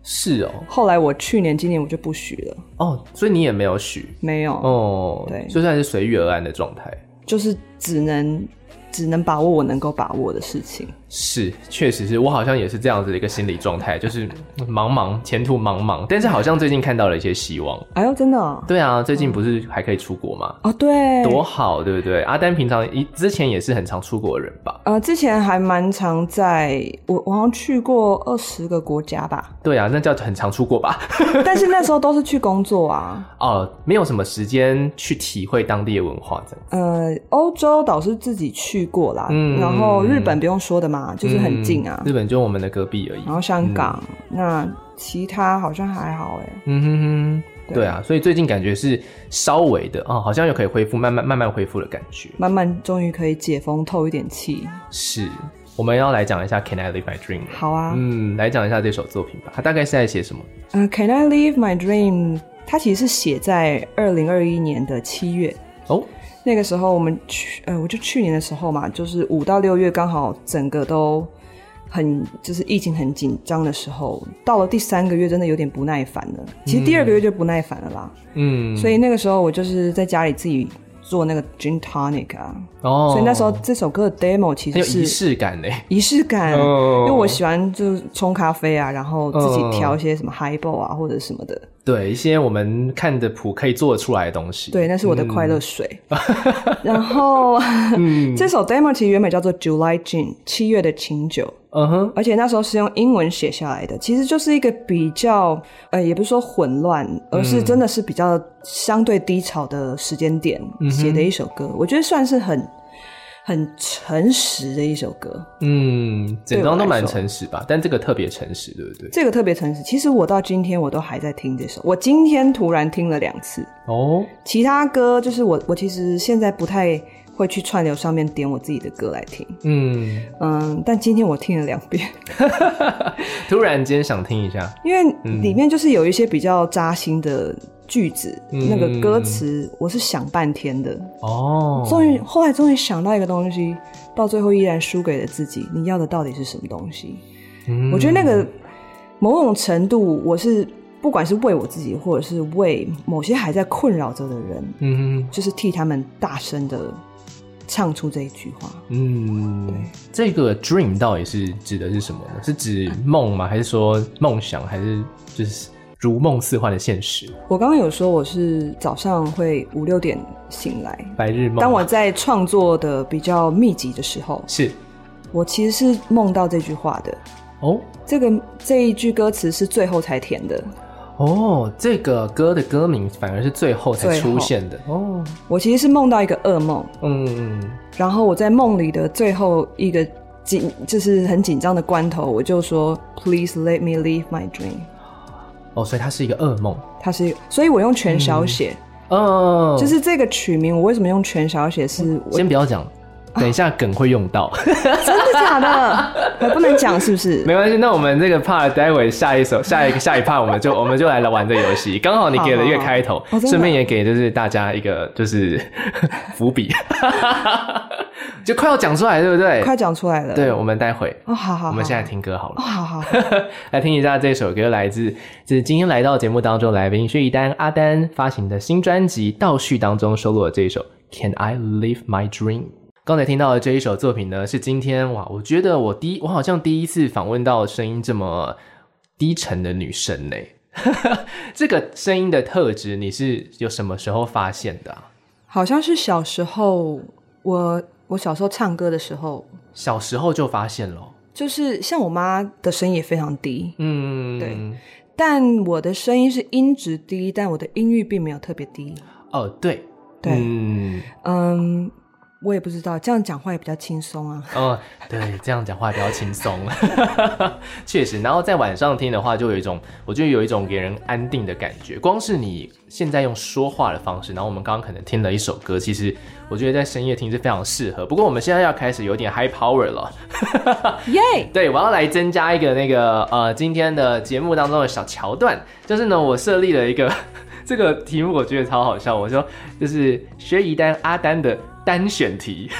[SPEAKER 1] 是哦，
[SPEAKER 2] 后来我去年、今年我就不许了，
[SPEAKER 1] 哦，所以你也没有许
[SPEAKER 2] 没有，
[SPEAKER 1] 哦，
[SPEAKER 2] 对
[SPEAKER 1] 就算是随遇而安的状态。
[SPEAKER 2] 就是只能只能把握我能够把握的事情。
[SPEAKER 1] 是，确实是我好像也是这样子的一个心理状态，就是茫茫前途茫茫，但是好像最近看到了一些希望。
[SPEAKER 2] 哎呦，真的哦，
[SPEAKER 1] 对啊，最近不是还可以出国吗？
[SPEAKER 2] 哦嗯对，
[SPEAKER 1] 多好，对不对？阿丹平常一之前也是很常出国的人吧？
[SPEAKER 2] 呃，之前还蛮常在，我我好像去过二十个国家吧，
[SPEAKER 1] 对啊，那叫很常出国吧？
[SPEAKER 2] 但是那时候都是去工作啊。
[SPEAKER 1] 哦，没有什么时间去体会当地的文化，这样。
[SPEAKER 2] 呃，欧洲倒是自己去过啦，
[SPEAKER 1] 嗯
[SPEAKER 2] 然后日本不用说的嘛，就是很近啊。哦
[SPEAKER 1] 嗯日嗯本就我们的隔壁而已。
[SPEAKER 2] 然后香港，那其他好像还好哎、
[SPEAKER 1] 嗯哼哼，
[SPEAKER 2] 对
[SPEAKER 1] 对啊，所以最近感觉是稍微的啊、哦好像又可以恢复，慢慢慢慢恢复的感觉。
[SPEAKER 2] 慢慢终于可以解封，透一点气。
[SPEAKER 1] 是，我们要来讲一下《Can I Live My Dream》了。
[SPEAKER 2] 好啊，
[SPEAKER 1] 嗯，来讲一下这首作品吧。它大概是在写什么？
[SPEAKER 2] 呃，Can I Live My Dream？它其实是写在二零二一年的七月，
[SPEAKER 1] 哦，
[SPEAKER 2] 那个时候我们去，呃，我就去年的时候嘛，就是五到六月刚好整个都很就是疫情很紧张的时候，到了第三个月真的有点不耐烦了。其实第二个月就不耐烦了啦，
[SPEAKER 1] 嗯，
[SPEAKER 2] 所以那个时候我就是在家里自己做那个 gin tonic 啊，
[SPEAKER 1] 哦，
[SPEAKER 2] 所以那时候这首歌的 demo 其
[SPEAKER 1] 很
[SPEAKER 2] 实
[SPEAKER 1] 有仪
[SPEAKER 2] 是
[SPEAKER 1] 式感嘞。
[SPEAKER 2] 仪式感，
[SPEAKER 1] 哦
[SPEAKER 2] 因为我喜欢就是冲咖啡啊，然后自
[SPEAKER 1] 哦
[SPEAKER 2] 己调一些什么 highball 啊或者什么的，
[SPEAKER 1] 对，一些我们看的谱可以做得出来的东西。，
[SPEAKER 2] 对，那是我的快乐水。然后、这首 demo 其实原本叫做 July Gin，七月的清酒，
[SPEAKER 1] 嗯哼，
[SPEAKER 2] 而且那时候是用英文写下来的，其实就是一个比较呃，也不是说混乱，而是真的是比较相对低潮的时间点写的一首歌，我觉得算是很很诚实的一首歌。
[SPEAKER 1] 嗯，整
[SPEAKER 2] 对
[SPEAKER 1] 张
[SPEAKER 2] 我
[SPEAKER 1] 都
[SPEAKER 2] 来
[SPEAKER 1] 蛮
[SPEAKER 2] 说
[SPEAKER 1] 诚实吧，但这个特别诚实，对不对？
[SPEAKER 2] 这个特别诚实，其实我到今天我都还在听这首，我今天突然听了两次。
[SPEAKER 1] 哦，
[SPEAKER 2] 其他歌就是我我其实现在不太会去串流上面点我自己的歌来听，
[SPEAKER 1] 嗯，
[SPEAKER 2] 嗯，但今天我听了两遍，
[SPEAKER 1] 突然间想听一下，
[SPEAKER 2] 因为里面就是有一些比较扎心的句子，
[SPEAKER 1] 嗯
[SPEAKER 2] 那个歌词我是想半天的，
[SPEAKER 1] 哦，
[SPEAKER 2] 终于后来终于想到一个东西，到最后依然输给了自己，你要的到底是什么东西？
[SPEAKER 1] 嗯
[SPEAKER 2] 我觉得那个某种程度我是。不管是为我自己，或者是为某些还在困扰着的人，
[SPEAKER 1] 嗯
[SPEAKER 2] 就是替他们大声的唱出这一句话。
[SPEAKER 1] 嗯，这个 dream 到底是指的是什么呢？是指梦吗？还是说梦想？还是就是如梦似幻的现实？
[SPEAKER 2] 我刚刚有说我是早上会五六点醒来，
[SPEAKER 1] 白日梦吗？
[SPEAKER 2] 当我在创作的比较密集的时候，
[SPEAKER 1] 是
[SPEAKER 2] 我其实是梦到这句话的。
[SPEAKER 1] 哦
[SPEAKER 2] 这个这一句歌词是最后才填的。
[SPEAKER 1] 哦，这个歌的歌名反而是最后才
[SPEAKER 2] 最后
[SPEAKER 1] 出现的哦，
[SPEAKER 2] 我其实是梦到一个噩梦，
[SPEAKER 1] 嗯，
[SPEAKER 2] 然后我在梦里的最后一个紧，就是很紧张的关头，我就说 Please let me live my dream。
[SPEAKER 1] 哦，所以它是一个噩梦，
[SPEAKER 2] 它是，所以我用全小写，
[SPEAKER 1] 哦，
[SPEAKER 2] 就是这个曲名，我为什么用全小写？是我
[SPEAKER 1] 先不要讲，等一下梗会用到。
[SPEAKER 2] 真的假的？我不能讲是不是？
[SPEAKER 1] 没关系，那我们这个 part 待会下一首、下一个、下一 part 我们就 我们就来玩这个游戏。刚好你给了一个开头
[SPEAKER 2] 好好，真的
[SPEAKER 1] 顺便也给就是大家一个就是 伏笔， 就快要讲出来，对不对？
[SPEAKER 2] 快讲出来了。
[SPEAKER 1] 对，我们待会，
[SPEAKER 2] 哦，好好好，
[SPEAKER 1] 我们现在听歌好了
[SPEAKER 2] 哦，。好好好，
[SPEAKER 1] 来听一下这首歌，来自自今天来到节目当中来宾薛一丹阿丹发行的新专辑《倒叙》当中收录的这一首《Can I Live My Dream》。刚才听到的这一首作品呢，是今天哇，我觉得我第一，我好像第一次访问到声音这么低沉的女生呢。 这个声音的特质，你是有什么时候发现的啊、
[SPEAKER 2] 好像是小时候，我我小时候唱歌的时候，
[SPEAKER 1] 小时候就发现了。
[SPEAKER 2] 就是像我妈的声音也非常低，
[SPEAKER 1] 嗯，
[SPEAKER 2] 对但我的声音是音质低，但我的音域并没有特别低。
[SPEAKER 1] 哦，对，
[SPEAKER 2] 对
[SPEAKER 1] 嗯，
[SPEAKER 2] 嗯，我也不知道，这样讲话也比较轻松啊。
[SPEAKER 1] 哦，对，这样讲话比较轻松， 确实。然后在晚上听的话，就有一种，我觉得有一种给人安定的感觉。光是你现在用说话的方式，然后我们刚刚可能听了一首歌，其实我觉得在深夜听是非常适合。不过我们现在要开始有点 high power 了，嗯
[SPEAKER 2] 耶、
[SPEAKER 1] 对，我要来增加一个那个呃，今天的节目当中的小桥段，就是呢，我设立了一个 这个题目，我觉得超好笑。我说就是薛一丹阿丹的单选题。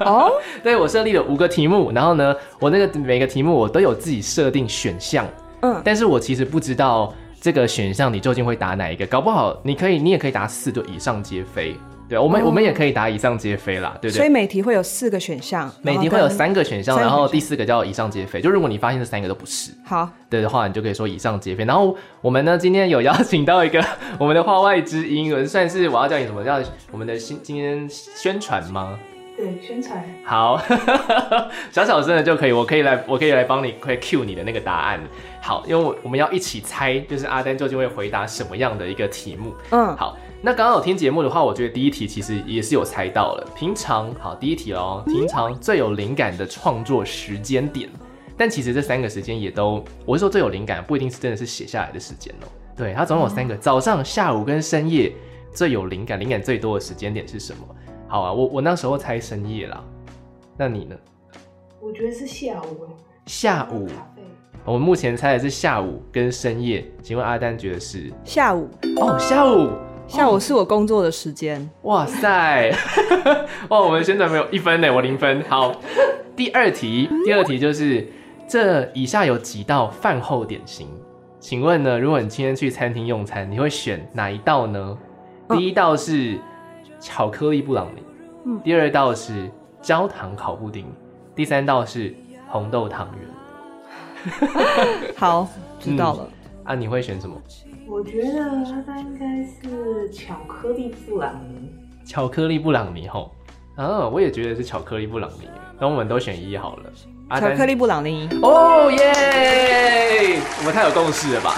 [SPEAKER 2] 哦，
[SPEAKER 1] 对我设立了五个题目，然后呢，我那个每个题目我都有自己设定选项，
[SPEAKER 2] 嗯
[SPEAKER 1] 但是我其实不知道这个选项你究竟会答哪一个，搞不好你可以，你也可以答四对以上皆非。对，我们、我们也可以答以上皆非啦，对不
[SPEAKER 2] 哦所以
[SPEAKER 1] 对？
[SPEAKER 2] 每题会有四个选项，
[SPEAKER 1] 每
[SPEAKER 2] 然后
[SPEAKER 1] 题会有
[SPEAKER 2] 跟
[SPEAKER 1] 三个选项，
[SPEAKER 2] 三个
[SPEAKER 1] 然后
[SPEAKER 2] 选项
[SPEAKER 1] 第四个叫以上皆非。就如果你发现这三个都不是，
[SPEAKER 2] 好，
[SPEAKER 1] 对的话，你就可以说以上皆非。然后我们呢，今天有邀请到一个 我们的话外之音，我算是我要叫你什么叫我们的新今天宣传吗？
[SPEAKER 3] 对，宣传
[SPEAKER 1] 好，小小声的就可以，我可以来，我可以来帮你，快 cue 你的那个答案。好，因为我我们要一起猜，就是阿丹究竟会回答什么样的一个题目。
[SPEAKER 2] 嗯，
[SPEAKER 1] 好，那刚刚有听节目的话，我觉得第一题其实也是有猜到了。平常好，第一题喽，平常最有灵感的创作时间点，但其实这三个时间也都，我是说最有灵感，不一定是真的是写下来的时间哦。对，它总共有三个，早上、下午跟深夜最有灵感，灵感最多的时间点是什么？好啊，我我那时候猜深夜啦，那你呢？
[SPEAKER 3] 我觉得是下午哎，
[SPEAKER 1] 下午，
[SPEAKER 3] 咖啡
[SPEAKER 1] 我目前猜的是下午跟深夜，请问阿丹觉得是？
[SPEAKER 2] 下午，
[SPEAKER 1] 哦，下午，
[SPEAKER 2] 下午是我工作的时间，
[SPEAKER 1] 哇塞！ 哇，我们宣传没有一分呢，我零分。好，第二题，第二题就是这以下有几道饭后点心？请问呢，如果你今天去餐厅用餐，你会选哪一道呢？
[SPEAKER 2] 嗯
[SPEAKER 1] 第一道是巧克力布朗尼，
[SPEAKER 2] 嗯
[SPEAKER 1] 第二道是焦糖烤布丁，第三道是红豆汤圆。哦
[SPEAKER 2] 好，知道了，
[SPEAKER 1] 啊，你会选什么？
[SPEAKER 3] 我觉得它应该是巧克力布朗尼。
[SPEAKER 1] 巧克力布朗尼吼？啊，我也觉得是巧克力布朗尼。那我们都选一好了。啊阿
[SPEAKER 2] 巧
[SPEAKER 1] 丹
[SPEAKER 2] 克力布朗尼，
[SPEAKER 1] 哦耶！我们太有共识了吧？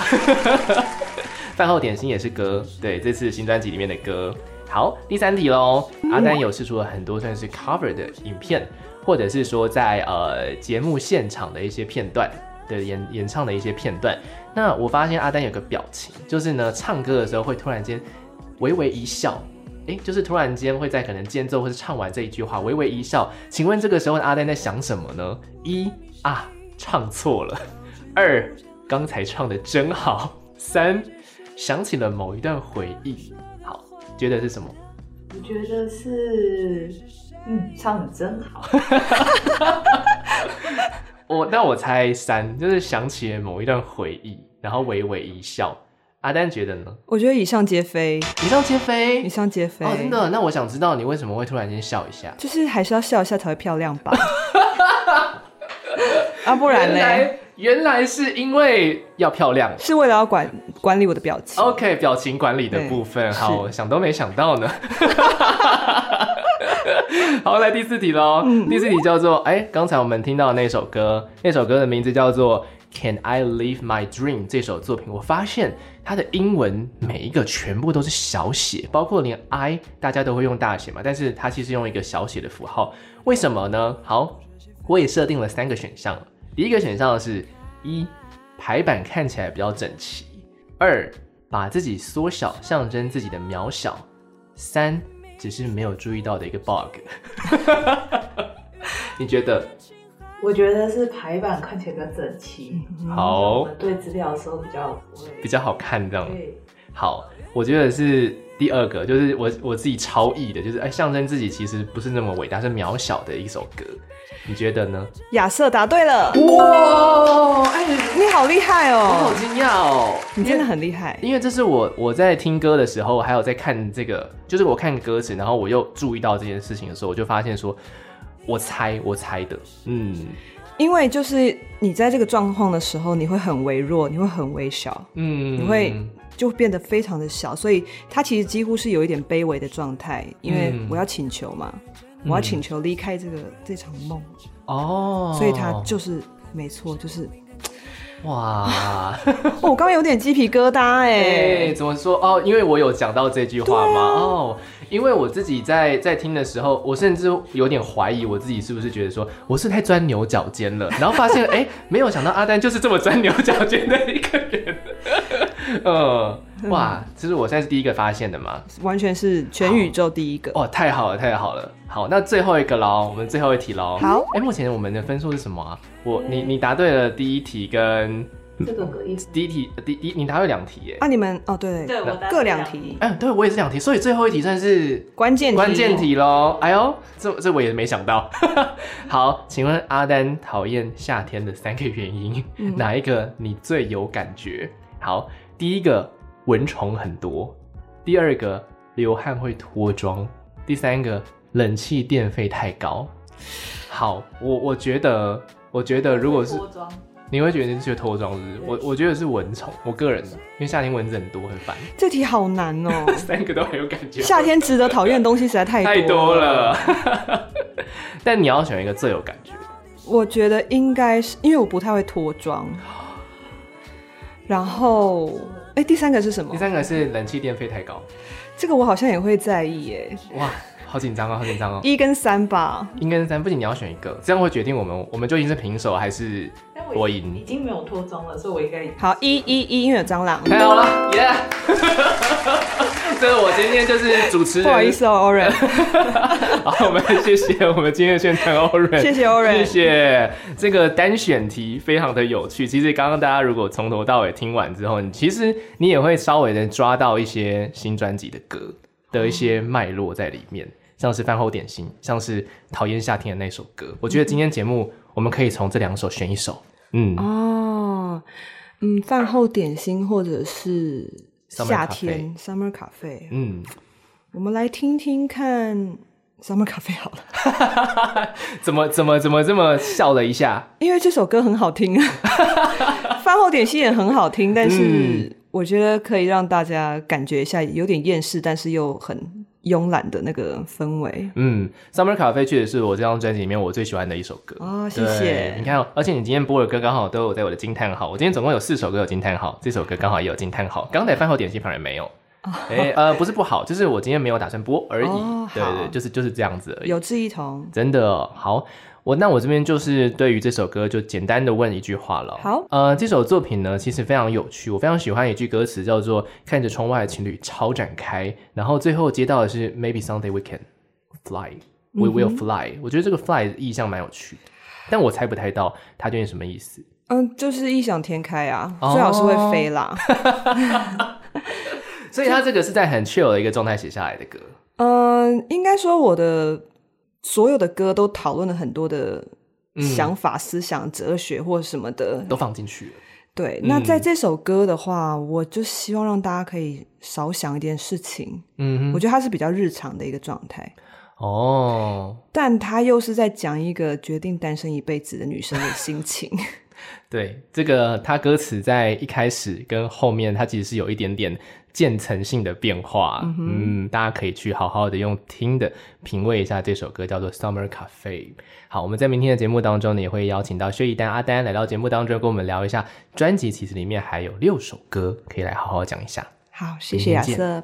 [SPEAKER 1] 饭后点心也是歌，对，这次新专辑里面的歌。好，第三题喽。阿丹有试出了很多算是 cover 的影片，或者是说在呃节目现场的一些片段的演演唱的一些片段。那我发现阿丹有个表情，就是呢唱歌的时候会突然间微微一笑，诶，就是突然间会在可能间奏或是唱完这一句话微微一笑。请问这个时候的阿丹在想什么呢？一啊，唱错了； 二，刚才唱的真好；三，想起了某一段回忆。好，觉得是什么？
[SPEAKER 3] 我觉得是，嗯，唱的真好。
[SPEAKER 1] 我那我猜三，就是想起了某一段回忆，然后微微一笑。阿丹觉得呢？
[SPEAKER 2] 我觉得以上皆非，
[SPEAKER 1] 以上皆非
[SPEAKER 2] 以。上皆非，
[SPEAKER 1] 哦，真的？那我想知道你为什么会突然间笑一下？
[SPEAKER 2] 就是还是要笑一下才会漂亮吧， 啊，不然
[SPEAKER 1] 原
[SPEAKER 2] 呢？
[SPEAKER 1] 来原来是因为要漂亮。
[SPEAKER 2] 是为了要管管理我的表情。
[SPEAKER 1] OK，表情管理的
[SPEAKER 2] 对
[SPEAKER 1] 部分，
[SPEAKER 2] 是
[SPEAKER 1] 好，想都没想到 呢。好，来第四题喽。
[SPEAKER 2] 嗯
[SPEAKER 1] 第四题叫做，哎、刚才我们听到的那首歌，那首歌的名字叫做《Can I Live My Dream》这首作品，我发现它的英文每一个全部都是小写，包括连 I 大家都会用大写嘛，但是它其实用一个小写的符号，为什么呢？好，我也设定了三个选项，第一个选项是一排版看起来比较整齐，二把自己缩小，象征自己的渺小，三只是没有注意到的一个 bug。你觉得？
[SPEAKER 3] 我觉得是排版看起来比较整齐，
[SPEAKER 1] 嗯好
[SPEAKER 3] 我们对资料的时候比较不会
[SPEAKER 1] 比较好看这样。
[SPEAKER 3] 对，
[SPEAKER 1] 好，我觉得是第二个，就是我我自己超意的，就是哎，象征自己其实不是那么伟大，是渺小的一首歌。你觉得呢？
[SPEAKER 2] 亚瑟答对了，
[SPEAKER 1] 哇，哎，
[SPEAKER 2] 你好厉害
[SPEAKER 1] 我好
[SPEAKER 2] 哦，
[SPEAKER 1] 惊讶哦！
[SPEAKER 2] 你真的很厉害。
[SPEAKER 1] 因为这是我我在听歌的时候，还有在看这个，就是我看歌词，然后我又注意到这件事情的时候，我就发现说，我猜我猜的，嗯
[SPEAKER 2] 因为就是你在这个状况的时候，你会很微弱，你会很微小，
[SPEAKER 1] 嗯，
[SPEAKER 2] 你会就变得非常的小，所以他其实几乎是有一点卑微的状态。因为
[SPEAKER 1] 嗯
[SPEAKER 2] 我要请求嘛，我要请求离开这个这场梦，
[SPEAKER 1] 哦，
[SPEAKER 2] 所以他就是没错，就是
[SPEAKER 1] 哇，
[SPEAKER 2] 哦，我刚刚有点鸡皮疙瘩哎、
[SPEAKER 1] 哎、怎么说哦？因为我有讲到这句话
[SPEAKER 2] 啊
[SPEAKER 1] 吗？哦，因为我自己在在听的时候，我甚至有点怀疑我自己是不是觉得说我是太钻牛角尖了，然后发现 哎、没有想到阿丹就是这么钻牛角尖的一个人。 嗯，哇，这是我算是第一个发现的嘛？
[SPEAKER 2] 完全是全宇宙第一个。
[SPEAKER 1] 哦，太好了，太好了。好，那最后一个喽，我们最后一题喽。
[SPEAKER 2] 好
[SPEAKER 1] 哎、目前我们的分数是什么啊？我你你答对了第一题跟
[SPEAKER 3] 这个隔一分
[SPEAKER 1] 第一题，呃第第你答对两题耶。
[SPEAKER 2] 啊，你们哦，对，
[SPEAKER 3] 对我答
[SPEAKER 2] 各
[SPEAKER 3] 对
[SPEAKER 2] 两
[SPEAKER 3] 两
[SPEAKER 2] 题
[SPEAKER 3] 题，
[SPEAKER 1] 哎，对我也是两题，所以最后一题算是
[SPEAKER 2] 关键
[SPEAKER 1] 关键，题喽。哎呦，这这我也没想到。 好，请问阿丹讨厌夏天的三个原因，
[SPEAKER 2] 嗯
[SPEAKER 1] 哪一个你最有感觉？好，第一个蚊虫很多，第二个流汗会脱妆，第三个冷气电费太高。好，我我觉得，我觉得呃如果是
[SPEAKER 3] 脱妆，
[SPEAKER 1] 你会觉得是脱妆是不是？我我觉得是蚊虫，我个人的，因为夏天蚊子很多，很烦。
[SPEAKER 2] 这题好难哦。
[SPEAKER 1] 三个都很有感觉。
[SPEAKER 2] 夏天值得讨厌的东西实在太
[SPEAKER 1] 太多
[SPEAKER 2] 了。
[SPEAKER 1] 了。 但你要选一个最有感觉的。
[SPEAKER 2] 我觉得应该是因为我不太会脱妆，然后哎，第三个是什么
[SPEAKER 1] 第？三个是冷气电费太高，
[SPEAKER 2] 这个我好像也会在意耶，
[SPEAKER 1] 哇，好紧张哦，好紧张哦。
[SPEAKER 2] 一跟三吧。
[SPEAKER 1] 应该是三，不仅你要选一个，这样会决定我们我们究竟是平手还是
[SPEAKER 3] 但
[SPEAKER 1] 我
[SPEAKER 3] 我已
[SPEAKER 1] 赢
[SPEAKER 3] 已。经没有脱妆了，所以我应该
[SPEAKER 2] 好，一一一，因为有蟑螂。
[SPEAKER 1] 太好了，耶、 这个我今天就是主持人，
[SPEAKER 2] 不好意思哦，Oren，
[SPEAKER 1] 好，我们谢谢我们今天的宣传欧润，
[SPEAKER 2] 谢谢
[SPEAKER 1] 谢
[SPEAKER 2] Oren
[SPEAKER 1] 谢。这个单选题非常的有趣，其实刚刚大家如果从头到尾听完之后，你其实你也会稍微的抓到一些新专辑的歌的一些脉络在里面，像是饭后点心，像是讨厌夏天的那首歌。我觉得今天节目我们可以从这两首选一首，嗯，
[SPEAKER 2] 哦，嗯，饭后点心或者是
[SPEAKER 1] Summer
[SPEAKER 2] 夏天 summer 咖啡，
[SPEAKER 1] 嗯，
[SPEAKER 2] 我们来听听看 summer 咖啡好了，
[SPEAKER 1] 怎么怎么怎么这么笑了一下？
[SPEAKER 2] 因为这首歌很好听 啊，饭后点心也很好听，但是我觉得可以让大家感觉一下有点厌世，但是又很慵懒的那个氛围。
[SPEAKER 1] 嗯，Summer 咖啡确实是我这张专辑里面我最喜欢的一首歌。
[SPEAKER 2] 哦谢
[SPEAKER 1] 对
[SPEAKER 2] 谢
[SPEAKER 1] 你看哦，而且你今天播的歌刚好都有在我的惊叹号。我今天总共有四首歌有惊叹号，这首歌刚好也有惊叹号。刚才饭后点心反而没有。哎、呃，不是不好，就是我今天没有打算播而已。
[SPEAKER 2] 哦
[SPEAKER 1] 对对
[SPEAKER 2] 好
[SPEAKER 1] 对，就是就是这样子而已。
[SPEAKER 2] 有志一同，
[SPEAKER 1] 真的哦好，我那我这边就是对于这首歌就简单的问一句话了。
[SPEAKER 2] 好，
[SPEAKER 1] 呃，这首作品呢其实非常有趣，我非常喜欢一句歌词叫做“看着窗外的情侣超展开”，然后最后接到的是 “Maybe someday we can fly, we will fly”、我觉得这个 “fly” 的意象蛮有趣的，但我猜不太到它究竟什么意思。
[SPEAKER 2] 嗯，就是异想天开啊，
[SPEAKER 1] 哦
[SPEAKER 2] 最好是会飞 啦。
[SPEAKER 1] 所以它这个是在很 chill 的一个状态写下来的歌。
[SPEAKER 2] 嗯，应该说我的所有的歌都讨论了很多的想法、思想、哲学或什么的。
[SPEAKER 1] 都放进去了，
[SPEAKER 2] 对，
[SPEAKER 1] 嗯
[SPEAKER 2] 那在这首歌的话，我就希望让大家可以少想一点事情。
[SPEAKER 1] 嗯
[SPEAKER 2] 我
[SPEAKER 1] 哼，
[SPEAKER 2] 觉得它是比较日常的一个状态，
[SPEAKER 1] 哦，
[SPEAKER 2] 但它又是在讲一个决定单身一辈子的女生的心情。
[SPEAKER 1] 对，这个它歌词在一开始跟后面，它其实是有一点点渐层性的变化。嗯大家可以去好好的用听的品味一下这首歌，叫做《Summer Cafe》。好，我们在明天的节目当中呢，也会邀请到薛一丹、阿丹来到节目当中，跟我们聊一下专辑，其实里面还有六首歌，可以来好好讲一下。
[SPEAKER 2] 好，谢谢亚
[SPEAKER 1] 明天
[SPEAKER 2] 瑟。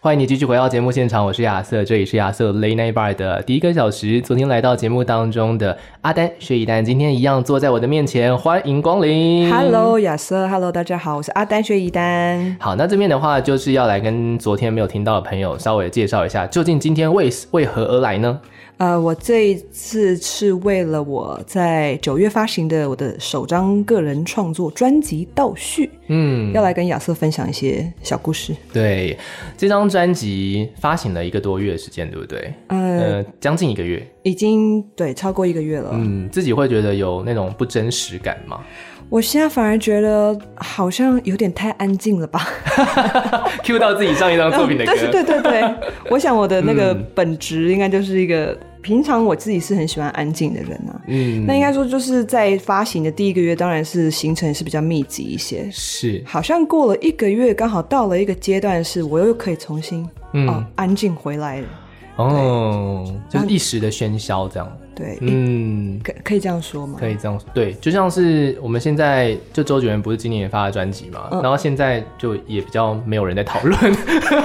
[SPEAKER 1] 欢迎你继续回到节目现场，我是亚瑟，这里是亚瑟 Late Night Bar 的第一个小时。昨天来到节目当中的阿丹、薛一丹，今天一样坐在我的面前，欢迎光临。
[SPEAKER 2] Hello，亚瑟，Hello，大家好，我是阿丹薛一丹。
[SPEAKER 1] 好，那这边的话就是要来跟昨天没有听到的朋友稍微介绍一下，究竟今天为为何而来呢？
[SPEAKER 2] 呃，我这一次是为了我在九月发行的我的首张个人创作专辑《倒叙》，
[SPEAKER 1] 嗯，
[SPEAKER 2] 要来跟亚瑟分享一些小故事。
[SPEAKER 1] 对，这张专辑发行了一个多月的时间，对不对？
[SPEAKER 2] 呃，
[SPEAKER 1] 呃，将近一个月。
[SPEAKER 2] 已经对超过一个月了。
[SPEAKER 1] 嗯，自己会觉得有那种不真实感 吗？
[SPEAKER 2] 我现在反而觉得好像有点太安静了吧？
[SPEAKER 1] Q 到自己上一啊张作品的歌，嗯
[SPEAKER 2] 但哦 是对对对， 我想我的那个本质应该就是一个、平常我自己是很喜欢安静的人啊。
[SPEAKER 1] 嗯，
[SPEAKER 2] 那应该说就是在发行的第一个月，当然是行程是比较密集一些，
[SPEAKER 1] 是，
[SPEAKER 2] 好像过了一个月，刚好到了一个阶段，是我又可以重新、哦
[SPEAKER 1] 嗯
[SPEAKER 2] 哦安静回来了。
[SPEAKER 1] 哦，就是
[SPEAKER 2] 嗯
[SPEAKER 1] 一时的喧嚣这样。
[SPEAKER 2] 对，
[SPEAKER 1] 嗯，
[SPEAKER 2] 可可以这样说吗？
[SPEAKER 1] 可以这样说，对，就像是我们现在就周杰伦不是今年也发了专辑嘛，
[SPEAKER 2] 嗯
[SPEAKER 1] 然后现在就也比较没有人在讨论，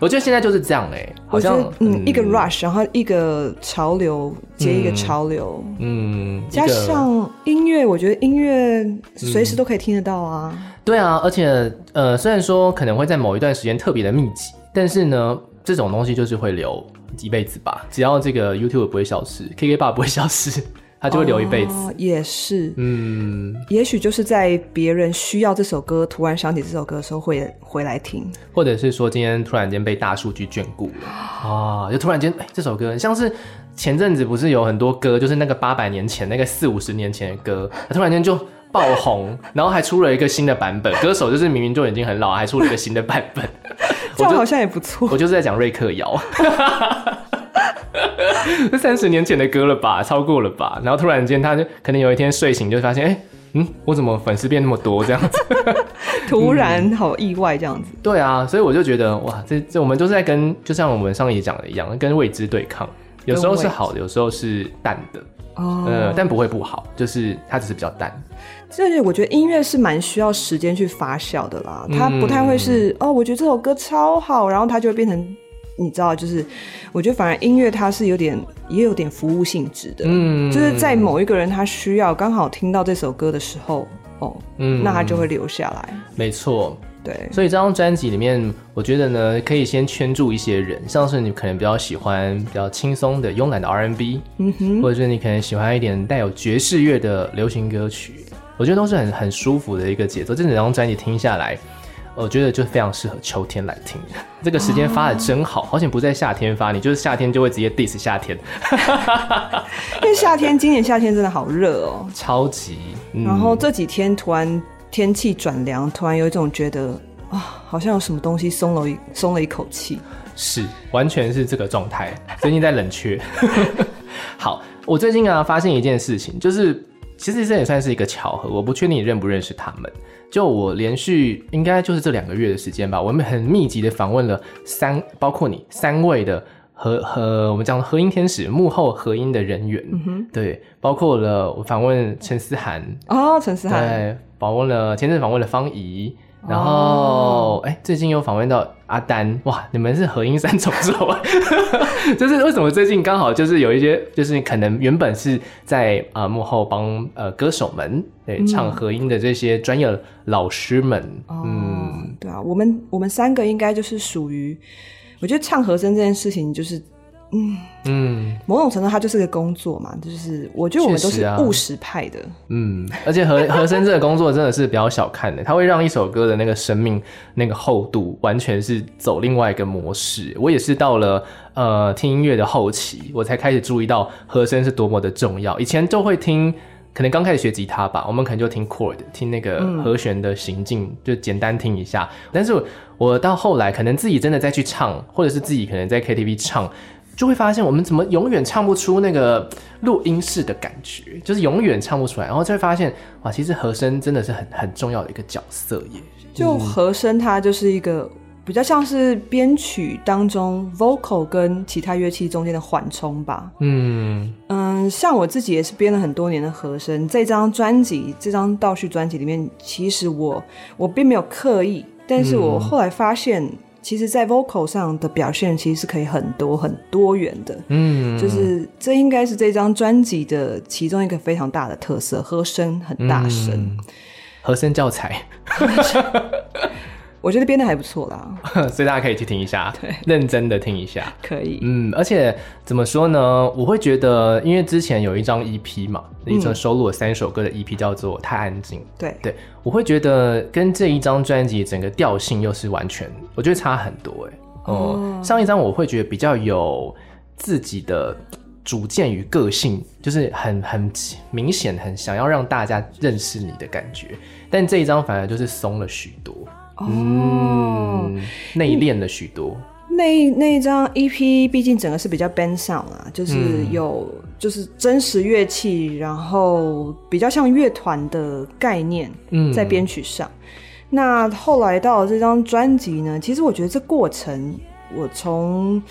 [SPEAKER 1] 我觉得现在就是这样哎、好
[SPEAKER 2] 我觉
[SPEAKER 1] 像
[SPEAKER 2] 得嗯，一个 rush，然后一个潮流接一个潮流，
[SPEAKER 1] 嗯，一
[SPEAKER 2] 加
[SPEAKER 1] 个
[SPEAKER 2] 上音乐，我觉得音乐随时都可以听得到啊。
[SPEAKER 1] 对啊，而且呃，虽然说可能会在某一段时间特别的密集，但是呢，这种东西就是会留一辈子吧，只要这个 YouTube 不会消失，KK 爸不会消失，它就会留一辈子。
[SPEAKER 2] 哦也是，
[SPEAKER 1] 嗯，
[SPEAKER 2] 也许就是在别人需要这首歌，突然想起这首歌的时候，会回来听。
[SPEAKER 1] 或者是说今天突然间被大数据眷顾了啊，就突然间哎、这首歌像是前阵子不是有很多歌，就是那个八百年前那个四五十年前的歌，它突然间就爆红，然后还出了一个新的版本，歌手就是明明就已经很老，还出了一个新的版本，
[SPEAKER 2] 这样好像也不错。
[SPEAKER 1] 我就是在讲瑞克摇。这 三十年前的歌了吧，超过了吧？然后突然间，他就可能有一天睡醒，就发现，哎、嗯，我怎么粉丝变那么多这样子？
[SPEAKER 2] 突然好意外这样子，
[SPEAKER 1] 对啊，所以我就觉得，哇，这这我们就是在跟，就像我们上一集讲的一样，跟未知对抗，有时候是好的，有时候是淡的，
[SPEAKER 2] 哦
[SPEAKER 1] 呃，但不会不好，就是它只是比较淡。
[SPEAKER 2] 这是我觉得音乐是蛮需要时间去发酵的啦，
[SPEAKER 1] 嗯
[SPEAKER 2] 它不太会是、哦，我觉得这首歌超好，然后它就会变成，你知道，就是我觉得反而音乐它是有点也有点服务性质的，
[SPEAKER 1] 嗯
[SPEAKER 2] 就是在某一个人他需要刚好听到这首歌的时候，哦，
[SPEAKER 1] 嗯
[SPEAKER 2] 那他就会留下来，
[SPEAKER 1] 没错，
[SPEAKER 2] 对，
[SPEAKER 1] 所以这张专辑里面，我觉得呢，可以先圈住一些人，像是你可能比较喜欢比较轻松的慵懒的 R&B，
[SPEAKER 2] 嗯哼，
[SPEAKER 1] 或者是你可能喜欢一点带有爵士乐的流行歌曲，我觉得都是很很舒服的一个节奏。这整张专辑听下来，我觉得就非常适合秋天来听。 这个时间发的真好，好险不在夏天发，你就是夏天就会直接 diss 夏天，
[SPEAKER 2] 因为夏天今年夏天真的好热哦，
[SPEAKER 1] 超级。嗯
[SPEAKER 2] 然后这几天突然天气转凉，突然有一种觉得啊、好像有什么东西松了一松了一口气。
[SPEAKER 1] 是，完全是这个状态。最近在冷却。 好，我最近啊发现一件事情，就是其实这也算是一个巧合，我不确定你认不认识他们。就我连续应该就是这两个月的时间吧，我们很密集的访问了三，包括你三位的和和我们讲的和音天使幕后和音的人员，对，包括了我访问陈思涵，
[SPEAKER 2] 哦，陈思涵，
[SPEAKER 1] 对，访问了前阵子访问了方怡，然后
[SPEAKER 2] 哦
[SPEAKER 1] 哎、最近又访问到阿丹，哇，你们是合音三重奏啊！ 就是为什么最近刚好就是有一些，就是可能原本是在啊、呃幕后帮呃歌手们对唱合音的这些专业老师们，
[SPEAKER 2] 嗯哦，
[SPEAKER 1] 嗯，
[SPEAKER 2] 对啊，我们我们三个应该就是属于，我觉得唱和声这件事情就是
[SPEAKER 1] 嗯
[SPEAKER 2] 某种程度它就是个工作嘛，就是我觉得我们都
[SPEAKER 1] 确实
[SPEAKER 2] 是
[SPEAKER 1] 啊
[SPEAKER 2] 务实派的，
[SPEAKER 1] 嗯，而且和和声这个工作真的是比较小看的，它会让一首歌的那个生命、那个厚度，完全是走另外一个模式。我也是到了呃听音乐的后期，我才开始注意到和声是多么的重要。以前就会听，可能刚开始学吉他吧，我们可能就听 chord，听那个和弦的行进，就简单听一下。但是我我到后来，可能自己真的再去唱，或者是自己可能在 KTV 唱，就会发现我们怎么永远唱不出那个录音室的感觉，就是永远唱不出来。然后就会发现，哇，其实和声真的是很很重要的一个角色耶。
[SPEAKER 2] 就和声它就是一个。比较像是编曲当中 vocal 跟其他乐器中间的缓冲吧，
[SPEAKER 1] 嗯
[SPEAKER 2] 嗯，像我自己也是编了很多年的和声，这张专辑，这张倒叙专辑里面，其实我我并没有刻意，但是我后来发现，其实，在 vocal 上的表现其实是可以很多很多元的，
[SPEAKER 1] 嗯，
[SPEAKER 2] 就是这应该是这张专辑的其中一个非常大的特色，和声很大声，
[SPEAKER 1] 嗯和声教材，
[SPEAKER 2] 我觉得编的还不错啦，
[SPEAKER 1] 所以大家可以去听一下，认真的听一下。
[SPEAKER 2] 可以，
[SPEAKER 1] 嗯，而且怎么说呢？我会觉得，因为之前有一张 EP 嘛，一张收录了三首歌的 EP 叫做《太安静》，
[SPEAKER 2] 对，
[SPEAKER 1] 对，我会觉得跟这一张专辑整个调性又是完全，我觉得差很多哎、哦、上一张我会觉得比较有自己的主见与个性，就是很很明显，很想要让大家认识你的感觉。但这一张反而就是松了许多，
[SPEAKER 2] 哦。
[SPEAKER 1] 嗯，内敛了许多。
[SPEAKER 2] 那那一张 EP 毕竟整个是比较 band sound 啦，就是
[SPEAKER 1] 嗯
[SPEAKER 2] 有、就是真实乐器，然后比较像乐团的概念
[SPEAKER 1] 嗯
[SPEAKER 2] 在编曲上。那后来到了这张专辑呢，其实我觉得这过程，我从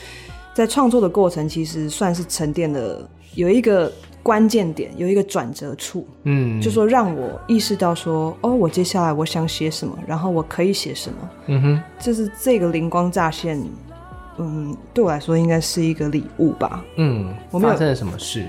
[SPEAKER 2] 在创作的过程，其实算是沉淀了有一个关键点，有一个转折处，
[SPEAKER 1] 嗯，
[SPEAKER 2] 就说让我意识到说，哦，我接下来我想写什么，然后我可以写什么，
[SPEAKER 1] 嗯哼，
[SPEAKER 2] 就是这个灵光乍现，嗯，对我来说应该是一个礼物吧。
[SPEAKER 1] 嗯，
[SPEAKER 2] 我没有
[SPEAKER 1] 发生了什么事？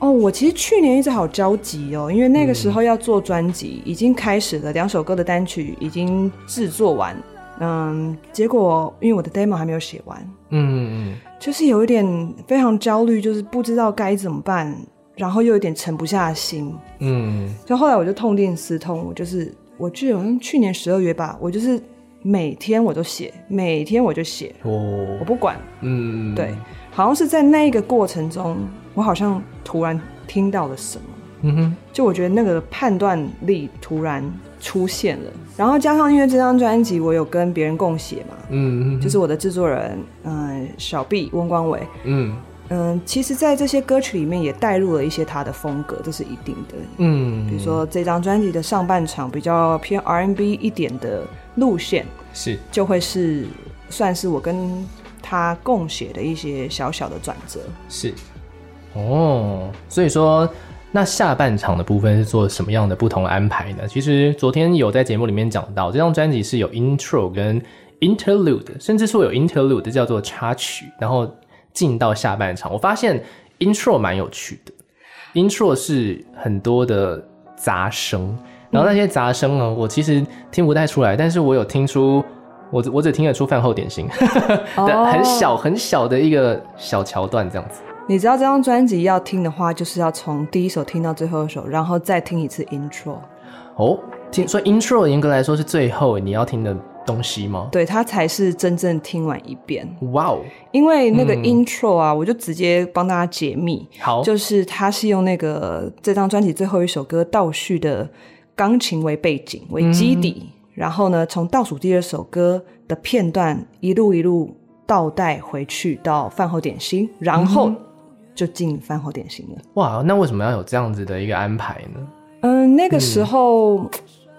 [SPEAKER 2] 哦，我其实去年一直好焦急哦，因为那个时候要做专辑，已经开始了，两首歌的单曲已经制作完，嗯，结果因为我的 demo 还没有写完，
[SPEAKER 1] 嗯嗯
[SPEAKER 2] 就是有一点非常焦虑，就是不知道该怎么办，然后又有点沉不下心。
[SPEAKER 1] 嗯
[SPEAKER 2] 就后来我就痛定思痛，我就是我记得好像去年十二月吧，我就是每天我都写，每天我就写，
[SPEAKER 1] 嗯，
[SPEAKER 2] 我
[SPEAKER 1] 哦，
[SPEAKER 2] 不管，
[SPEAKER 1] 嗯，
[SPEAKER 2] 对，好像是在那一个过程中，我好像突然听到了什么。
[SPEAKER 1] 嗯哼，
[SPEAKER 2] 就我觉得那个判断力突然出现了，然后加上因为这张专辑我有跟别人共写嘛，
[SPEAKER 1] 嗯，嗯
[SPEAKER 2] 就是我的制作人，嗯、小毕温光伟，
[SPEAKER 1] 嗯
[SPEAKER 2] 嗯、其实，在这些歌曲里面也带入了一些他的风格，这是一定的。
[SPEAKER 1] 嗯，
[SPEAKER 2] 比如说这张专辑的上半场比较偏 R&B 一点的路线，
[SPEAKER 1] 是，
[SPEAKER 2] 就会是算是我跟他共写的一些小小的转折。
[SPEAKER 1] 是，哦，所以说。那下半场的部分是做什么样的不同的安排呢？其实昨天有在节目里面讲到，这张专辑是有 intro 跟 interlude，甚至说有 interlude 这叫做插曲，然后进到下半场。我发现 intro 蛮有趣的，intro 是很多的杂声，然后那些杂声呢，我其实听不太出来，但是我有听出，我只我只听得出饭后点心 的很小很小的一个小桥段这样子。
[SPEAKER 2] 你知道这张专辑要听的话，就是要从第一首听到最后一首，然后再听一次 intro，
[SPEAKER 1] 哦，听说 intro 严格来说是最后你要听的东西吗？
[SPEAKER 2] 对，它才是真正听完一遍。
[SPEAKER 1] 哇哦，
[SPEAKER 2] 因为那个
[SPEAKER 1] 嗯哦
[SPEAKER 2] intro 啊，我就直接帮大家解密，
[SPEAKER 1] 好，
[SPEAKER 2] 就是它是用那个这张专辑最后一首歌倒叙的钢琴为背景为基底，然后呢，从倒数第二首歌的片段一路一路倒带回去到饭后点心，然后就进饭后点心了。
[SPEAKER 1] 哇，那为什么要有这样子的一个安排呢？
[SPEAKER 2] 嗯，那个时候、
[SPEAKER 1] 嗯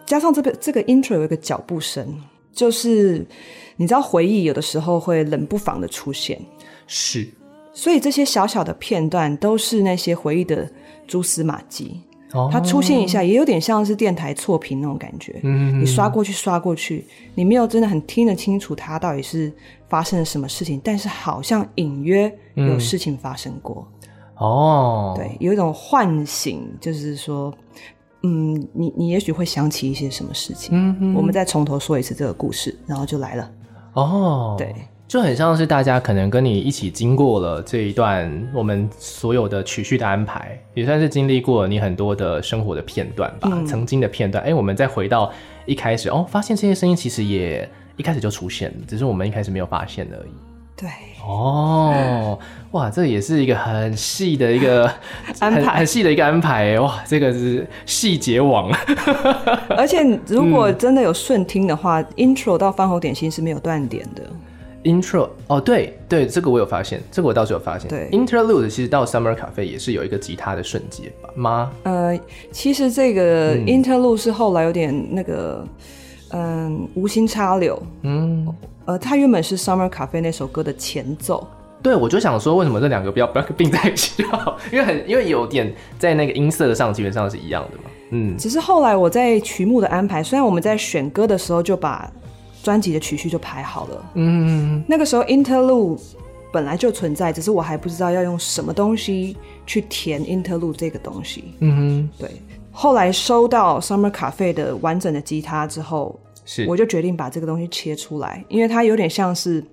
[SPEAKER 2] 加上这个这个 intro 有一个脚步声，就是你知道回忆有的时候会冷不防的出现，
[SPEAKER 1] 是
[SPEAKER 2] 所以这些小小的片段都是那些回忆的蛛丝马迹。
[SPEAKER 1] 哦，
[SPEAKER 2] 它出现一下，也有点像是电台错评那种感觉。
[SPEAKER 1] 嗯
[SPEAKER 2] 你刷过去，刷过去，你没有真的很听得清楚它到底是发生了什么事情，但是好像隐约
[SPEAKER 1] 嗯
[SPEAKER 2] 有事情发生过。
[SPEAKER 1] 哦，
[SPEAKER 2] 对，，有一种唤醒，就是说，嗯，你你也许会想起一些什么事情。
[SPEAKER 1] 嗯哼，
[SPEAKER 2] 我们再从头说一次这个故事，然后就来了。
[SPEAKER 1] 哦，
[SPEAKER 2] 对。
[SPEAKER 1] 就很像是大家可能跟你一起经过了这一段我们所有的曲序的安排，也算是经历过你很多的生活的片段吧，曾经的片段。哎、我们再回到一开始，哦，发现这些声音其实也一开始就出现了，只是我们一开始没有发现而已。
[SPEAKER 2] 对，
[SPEAKER 1] 哦，哇，这也是一个很细的一个
[SPEAKER 2] 安
[SPEAKER 1] 很
[SPEAKER 2] 排
[SPEAKER 1] 很细的一个安排耶哇，这个是细节 网，
[SPEAKER 2] 而且如果
[SPEAKER 1] 嗯
[SPEAKER 2] 真的有顺听的话、i n t r o 到饭后点心是没有断点的。
[SPEAKER 1] intro 哦，对对，这个我有发现，这个我倒是有发现。
[SPEAKER 2] 对
[SPEAKER 1] ，interlude 其实到 summer cafe 也是有一个吉他的瞬间吧？吗？
[SPEAKER 2] 呃，其实这个
[SPEAKER 1] 嗯
[SPEAKER 2] interlude 是后来有点那个，嗯，无心插柳。
[SPEAKER 1] 嗯，
[SPEAKER 2] 呃，它原本是 Summer Cafe 那首歌的前奏。
[SPEAKER 1] 对，我就想说，为什么这两个不要不要并在一起就好？因为很因为有点在那个音色上基本上是一样的嘛。嗯，
[SPEAKER 2] 只是后来我在曲目的安排，虽然我们在选歌的时候就把专辑的曲序就排好了，
[SPEAKER 1] 嗯，
[SPEAKER 2] 那个时候 interlude 本来就存在，只是我还不知道要用什么东西去填 interlude 这个东西。
[SPEAKER 1] 嗯
[SPEAKER 2] 对，后来收到 Summer Cafe 的完整的吉他之后，
[SPEAKER 1] 哼，是，
[SPEAKER 2] 我就决定把这个东西切出来，因为它有点像是，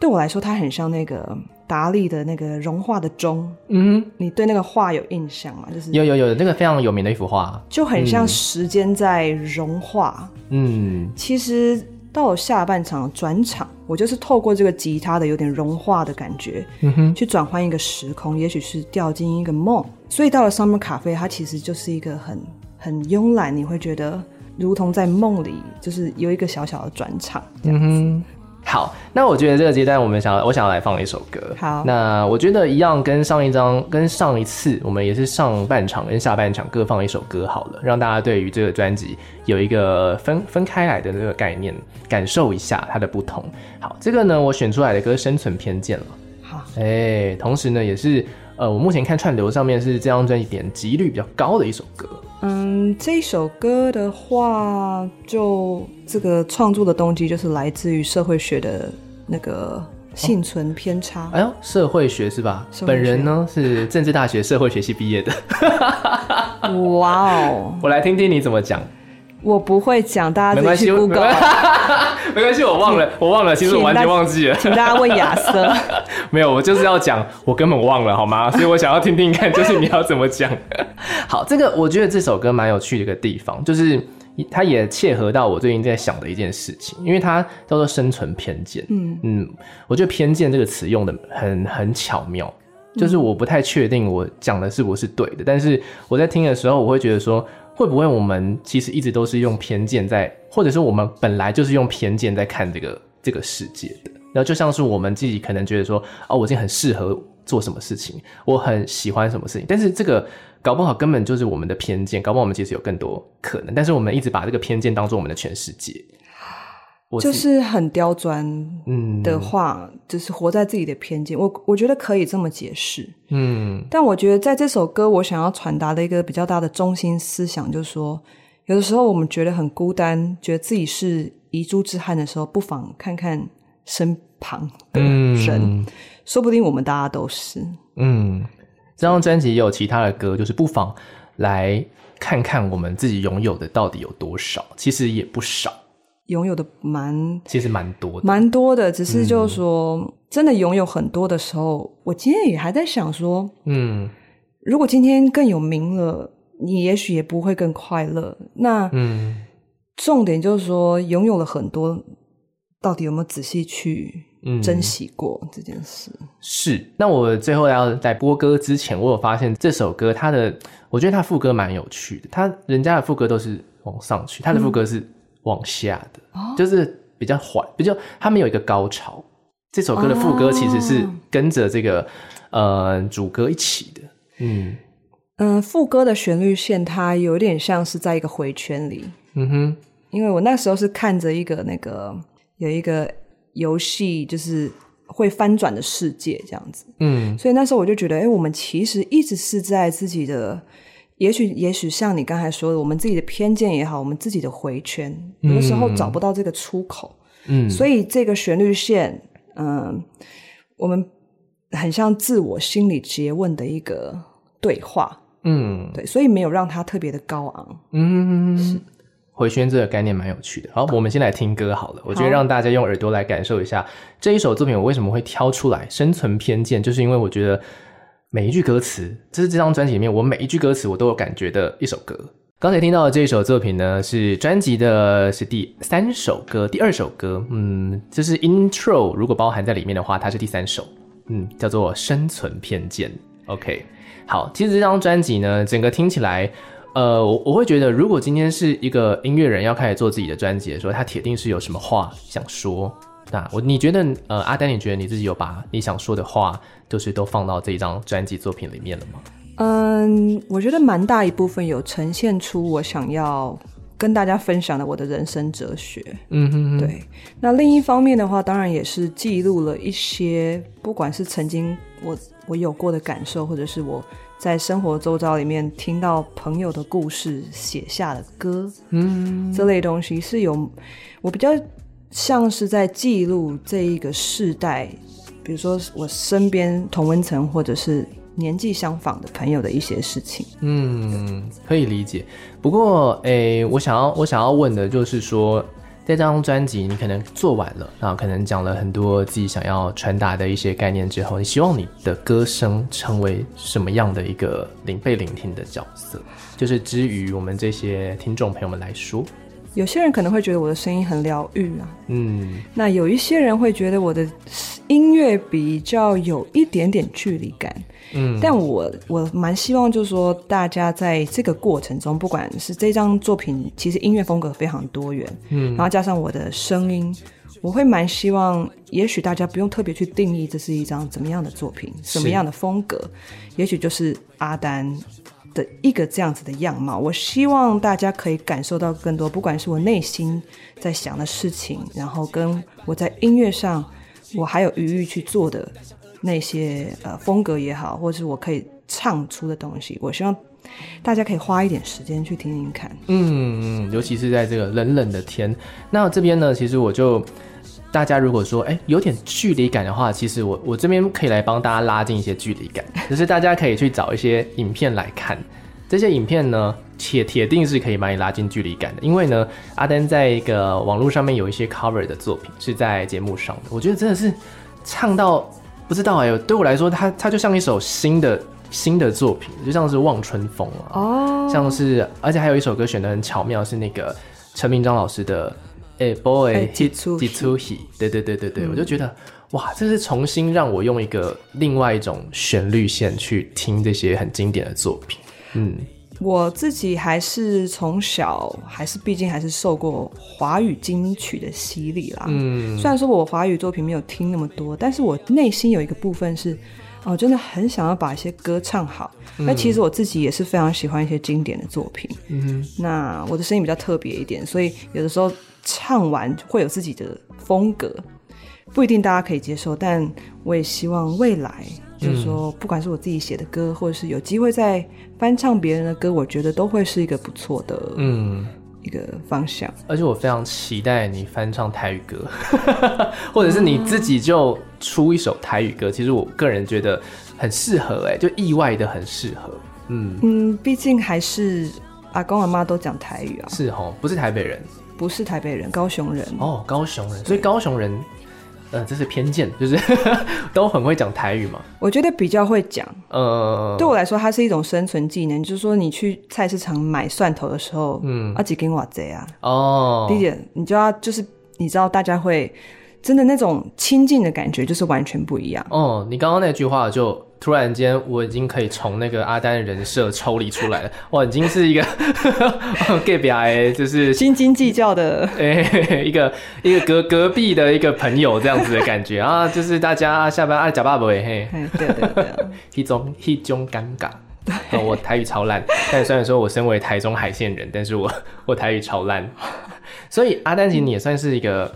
[SPEAKER 2] 对我来说，它很像那个达利的那个融化的钟。
[SPEAKER 1] 嗯哼，
[SPEAKER 2] 你对那个画有印象吗？就是
[SPEAKER 1] 有有有，那个非常有名的一幅画，
[SPEAKER 2] 就很像时间在融化。
[SPEAKER 1] 嗯，
[SPEAKER 2] 其实到了下半场转场，我就是透过这个吉他的有点融化的感觉，嗯哼，去转换一个时空，也许是掉进一个梦。所以到了 Summer Cafe，它其实就是一个很很慵懒，你会觉得如同在梦里，就是有一个小小的转场。
[SPEAKER 1] 嗯哼，好，那我觉得这个阶段我们想要，我想要来放一首歌。
[SPEAKER 2] 好
[SPEAKER 1] 那我觉得一样跟上一张跟上一次，我们也是上半场跟下半场各放一首歌好了，让大家对于这个专辑有一个分分开来的这个概念，感受一下它的不同。好，这个呢，我选出来的歌《生存偏见》了。
[SPEAKER 2] 好，
[SPEAKER 1] 哎，同时呢，也是呃，我目前看串流上面是这张专辑点击率比较高的一首歌。
[SPEAKER 2] 嗯，这首歌的话，就这个创作的动机就是来自于社会学的那个幸存偏差。
[SPEAKER 1] 哎呦，社会学是吧？
[SPEAKER 2] 社会
[SPEAKER 1] 本人
[SPEAKER 2] 学
[SPEAKER 1] 呢是政治大学社会学系毕业的，
[SPEAKER 2] 哇哦，
[SPEAKER 1] 我来听听你怎么讲。
[SPEAKER 2] 我不会讲，大
[SPEAKER 1] 没
[SPEAKER 2] 家
[SPEAKER 1] 关
[SPEAKER 2] 自己
[SPEAKER 1] 系，没
[SPEAKER 2] 去 Google，啊
[SPEAKER 1] 没关系，我忘了，我忘了，其实我完全忘记了。
[SPEAKER 2] 请大家问亚瑟。
[SPEAKER 1] 没有，我就是要讲，我根本忘了，好吗？所以我想要听听看，就是你要怎么讲。 好，这个我觉得这首歌蛮有趣的一个地方，就是它也切合到我最近在想的一件事情，因为它叫做生存偏见。
[SPEAKER 2] 嗯
[SPEAKER 1] 嗯，我觉得“偏见”这个词用的很很巧妙，就是我不太确定我讲的是不是对的，但是我在听的时候，我会觉得说，会不会我们其实一直都是用偏见在，或者是我们本来就是用偏见在看这个这个世界的。然后就像是我们自己可能觉得说，哦，我已经很适合做什么事情，我很喜欢什么事情，但是这个搞不好根本就是我们的偏见，搞不好我们其实有更多可能，但是我们一直把这个偏见当做我们的全世界。 我
[SPEAKER 2] 就
[SPEAKER 1] 自己
[SPEAKER 2] 是很刁钻
[SPEAKER 1] 嗯
[SPEAKER 2] 的话，就是活在自己的偏见。我我觉得可以这么解释，
[SPEAKER 1] 嗯
[SPEAKER 2] 但我觉得在这首歌，我想要传达的一个比较大的中心思想，就是说，有的时候我们觉得很孤单，觉得自己是遗珠之憾的时候，不妨看看身旁的人，
[SPEAKER 1] 嗯
[SPEAKER 2] 说不定我们大家都是。
[SPEAKER 1] 嗯，这张专辑也有其他的歌，就是不妨来看看我们自己拥有的到底有多少，其实也不少，
[SPEAKER 2] 拥有的蛮
[SPEAKER 1] 其实蛮多的。
[SPEAKER 2] 蛮多的，只是
[SPEAKER 1] 嗯
[SPEAKER 2] 就是说，真的拥有很多的时候，我今天也还在想说，
[SPEAKER 1] 嗯
[SPEAKER 2] 如果今天更有名了，你也许也不会更快乐。那
[SPEAKER 1] 嗯
[SPEAKER 2] 重点就是说，拥有了很多，到底有没有仔细去
[SPEAKER 1] 嗯
[SPEAKER 2] 珍惜过这件事？
[SPEAKER 1] 是。那我最后要在播歌之前，我有发现这首歌它的，我觉得它副歌蛮有趣的。它人家的副歌都是往上去，它的副歌是往下的，就是比较缓，比较它没有一个高潮。这首歌的副歌其实是
[SPEAKER 2] 哦
[SPEAKER 1] 跟着这个、呃主歌一起的。嗯
[SPEAKER 2] 嗯，副歌的旋律线它有点像是在一个回圈里，
[SPEAKER 1] 嗯哼。
[SPEAKER 2] 因为我那时候是看着一个那个有一个游戏，就是会翻转的世界这样子。
[SPEAKER 1] 嗯
[SPEAKER 2] 所以那时候我就觉得，哎、我们其实一直是在自己的，也许也许像你刚才说的，我们自己的偏见也好，我们自己的回圈，有的时候找不到这个出口，
[SPEAKER 1] 嗯，
[SPEAKER 2] 所以这个旋律线，嗯，我们很像自我心理诘问的一个对话，
[SPEAKER 1] 嗯
[SPEAKER 2] 对，所以没有让它特别的高昂。
[SPEAKER 1] 嗯，回旋这个概念蛮有趣的。好，我们先来听歌好了。我觉得
[SPEAKER 2] 好
[SPEAKER 1] 让大家用耳朵来感受一下这一首作品，我为什么会挑出来《生存偏见》，就是因为我觉得每一句歌词，这是这张专辑里面我每一句歌词我都有感觉的一首歌。刚才听到的这一首作品呢，是专辑的是第三首歌，第二首歌，嗯，就是 intro 如果包含在里面的话，它是第三首，嗯，叫做《生存偏见》。OK，好，其实这张专辑呢，整个听起来，呃，我我会觉得，如果今天是一个音乐人要开始做自己的专辑的时候，他铁定是有什么话想说。那我你觉得，呃，阿丹，你觉得你自己有把你想说的话，就是都放到这一张专辑作品里面了吗？
[SPEAKER 2] 嗯，我觉得蛮大一部分有呈现出我想要跟大家分享的我的人生哲学。
[SPEAKER 1] 嗯哼哼，
[SPEAKER 2] 对，那另一方面的话，当然也是记录了一些，不管是曾经我我有过的感受，或者是我在生活周遭里面听到朋友的故事写下的歌，嗯，这类东西是有我比较像是在记录这一个世代，比如说我身边同温层或者是年纪相仿的朋友的一些事情。
[SPEAKER 1] 嗯，可以理解。不过，诶、我想要我想要问的就是说，在这张专辑你可能做完了，然后可能讲了很多自己想要传达的一些概念之后，你希望你的歌声成为什么样的一个聆被聆听的角色？就是之于我们这些听众朋友们来说，
[SPEAKER 2] 有些人可能会觉得我的声音很疗愈啊，
[SPEAKER 1] 嗯
[SPEAKER 2] 那有一些人会觉得我的音乐比较有一点点距离感，
[SPEAKER 1] 嗯，
[SPEAKER 2] 但我我蛮希望就是说，大家在这个过程中，不管是这张作品，其实音乐风格非常多元，嗯，然后加上我的声音，我会蛮希望，也许大家不用特别去定义这是一张怎么样的作品，什么样的风格，也许就是阿丹。的一个这样子的样貌，我希望大家可以感受到更多，不管是我内心在想的事情，然后跟我在音乐上我还有余裕去做的那些呃风格也好，或是我可以唱出的东西，我希望大家可以花一点时间去听听看。
[SPEAKER 1] 嗯，嗯尤其是在这个冷冷的天。那这边呢，其实我就大家如果说哎、有点距离感的话，其实我我这边可以来帮大家拉近一些距离感，就是大家可以去找一些影片来看。这些影片呢，铁铁定是可以把你拉近距离感的，因为呢，阿丹在一个网络上面有一些 cover 的作品是在节目上的，我觉得真的是唱到不知道哎、对我来说，它它就像一首新的新的作品，就像是《望春风》啊，
[SPEAKER 2] 哦
[SPEAKER 1] 像是，而且还有一首歌选的很巧妙，是那个陈明章老师的《哎、boy
[SPEAKER 2] 哎嗯
[SPEAKER 1] hit
[SPEAKER 2] 几出
[SPEAKER 1] i 出 he》，对对对对对，我就觉得哇，这是重新让我用一个另外一种旋律线去听这些很经典的作品。嗯，
[SPEAKER 2] 我自己还是从小还是毕竟还是受过华语金曲的洗礼啦。嗯，虽然说我华语作品没有听那么多，但是我内心有一个部分是，哦、真的很想要把一些歌唱好。那、其实我自己也是非常喜欢一些经典的作品。嗯，那我的声音比较特别一点，所以有的时候唱完会有自己的风格，不一定大家可以接受，但我也希望未来，就是说，不管是我自己写的歌，或者是有机会再翻唱别人的歌，我觉得都会是一个不错的
[SPEAKER 1] 嗯，
[SPEAKER 2] 一个方向。
[SPEAKER 1] 而且我非常期待你翻唱台语歌， 或者是你自己就出一首台语歌。其实我个人觉得很适合、哎，就意外的很适合。嗯，
[SPEAKER 2] 嗯，毕竟还是阿公阿妈都讲台语啊，
[SPEAKER 1] 是哦，不是台北人。
[SPEAKER 2] 不是台北人，高雄人。
[SPEAKER 1] 哦，高雄人，所以高雄人，呃，这是偏见，就是 都很会讲台语嘛。
[SPEAKER 2] 我觉得比较会讲，
[SPEAKER 1] 呃，
[SPEAKER 2] 对我来说，它是一种生存技能。就是说，你去菜市场买蒜头的时候，嗯，啊几根瓦贼啊，
[SPEAKER 1] 哦，
[SPEAKER 2] 第一点，你就要就是你知道，大家会真的那种亲近的感觉，就是完全不一样。
[SPEAKER 1] 哦，你刚刚那句话就突然间，我已经可以从那个阿丹的人设抽离出来了。哇，已经是一个 gay 表哎，就是
[SPEAKER 2] 斤斤计较的，
[SPEAKER 1] 哎、 一个一个隔隔壁的一个朋友这样子的感觉啊， 就是大家下班爱啊假爸爸嘿，
[SPEAKER 2] 哎，对对对，
[SPEAKER 1] 一种一种尴尬。哦我台语超烂，但虽然说我身为台中海线人，但是我 我台语超烂， 所以阿丹其实你也算是一个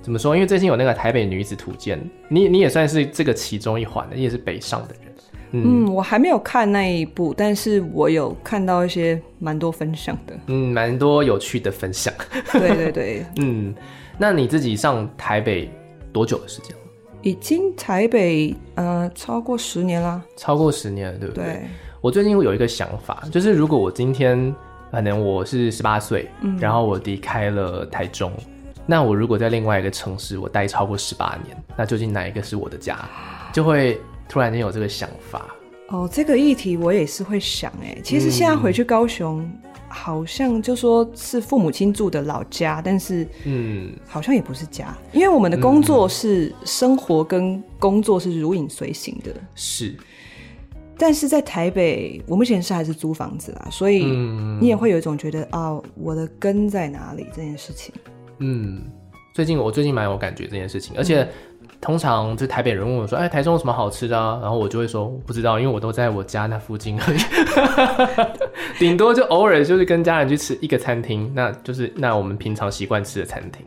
[SPEAKER 1] 怎么说？因为最近有那个台北女子图鉴，你你也算是这个其中一环的，你也是北上的人。嗯
[SPEAKER 2] 嗯，我还没有看那一部，但是我有看到一些蛮多分享 的，
[SPEAKER 1] 嗯，蛮多有趣的分享。
[SPEAKER 2] 对对对，
[SPEAKER 1] 嗯，那你自己上台北多久的时间了？
[SPEAKER 2] 已经台北呃超过十年啦，
[SPEAKER 1] 超过十年了，对不对？
[SPEAKER 2] 对，
[SPEAKER 1] 我最近有一个想法，就是如果我今天可能我是十八岁，然后我离开了台中，那我如果在另外一个城市我待超过十八年，那究竟哪一个是我的家？就会突然间有这个想法。
[SPEAKER 2] 哦，这个议题我也是会想哎、其实现在回去高雄，好像就说是父母亲住的老家，但是
[SPEAKER 1] 嗯，
[SPEAKER 2] 好像也不是家，因为我们的工作是、生活跟工作是如影随形的。
[SPEAKER 1] 是，
[SPEAKER 2] 但是在台北，我目前是还是租房子啦，所以
[SPEAKER 1] 嗯
[SPEAKER 2] 你也会有一种觉得啊，我的根在哪里这件事情。
[SPEAKER 1] 嗯，最近我最近蛮有感觉这件事情，而且。通常就台北人问我说：“哎，台中有什么好吃的、啊？”然后我就会说：“不知道，因为我都在我家那附近而已，顶多就偶尔就是跟家人去吃一个餐厅，那就是那我们平常习惯吃的餐厅。”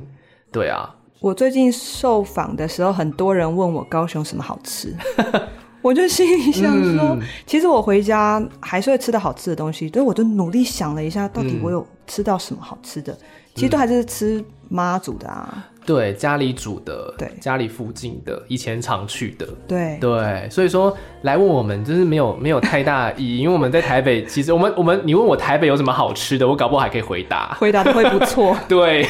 [SPEAKER 1] 对啊，
[SPEAKER 2] 我最近受访的时候，很多人问我高雄什么好 吃，我就心里想说，
[SPEAKER 1] 嗯
[SPEAKER 2] 其实我回家还是会吃到好吃的东西，所以我就努力想了一下，到底我有吃到什么好吃
[SPEAKER 1] 嗯
[SPEAKER 2] 的，其实都还是吃妈煮的 啊，
[SPEAKER 1] 对，家里煮的，
[SPEAKER 2] 对
[SPEAKER 1] 家里附近的，以前常去的，
[SPEAKER 2] 对，
[SPEAKER 1] 对，所以说来问我们就是没有没有太大意义，因为我们在台北，其实我们我们你问我台北有什么好吃的，我搞不好还可以回答。
[SPEAKER 2] 回答的会不错。
[SPEAKER 1] 对，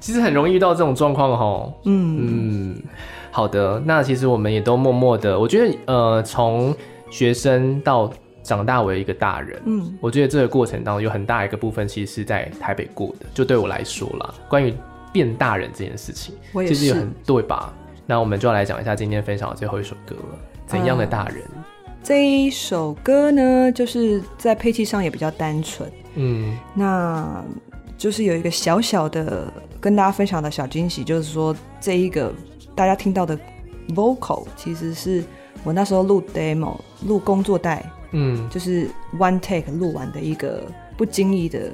[SPEAKER 1] 其实很容易遇到这种状况哦。嗯嗯，好的，那其实我们也都默默的，我觉得呃，从学生到长大为一个大人，
[SPEAKER 2] 嗯，
[SPEAKER 1] 我觉得这个过程当中有很大一个部分其实是在台北过的，就对我来说啦，关于变大人这件事情，
[SPEAKER 2] 我也
[SPEAKER 1] 其实有
[SPEAKER 2] 是
[SPEAKER 1] 很对吧？那我们就要来讲一下今天分享的最后一首歌了，怎样的大人？
[SPEAKER 2] 哎这一首歌呢，就是在配器上也比较单纯，
[SPEAKER 1] 嗯
[SPEAKER 2] 那就是有一个小小的跟大家分享的小惊喜，就是说这一个大家听到的 vocal 其实是我那时候录 demo 录工作带，
[SPEAKER 1] 嗯，
[SPEAKER 2] 就是 one take 录完的一个不经意的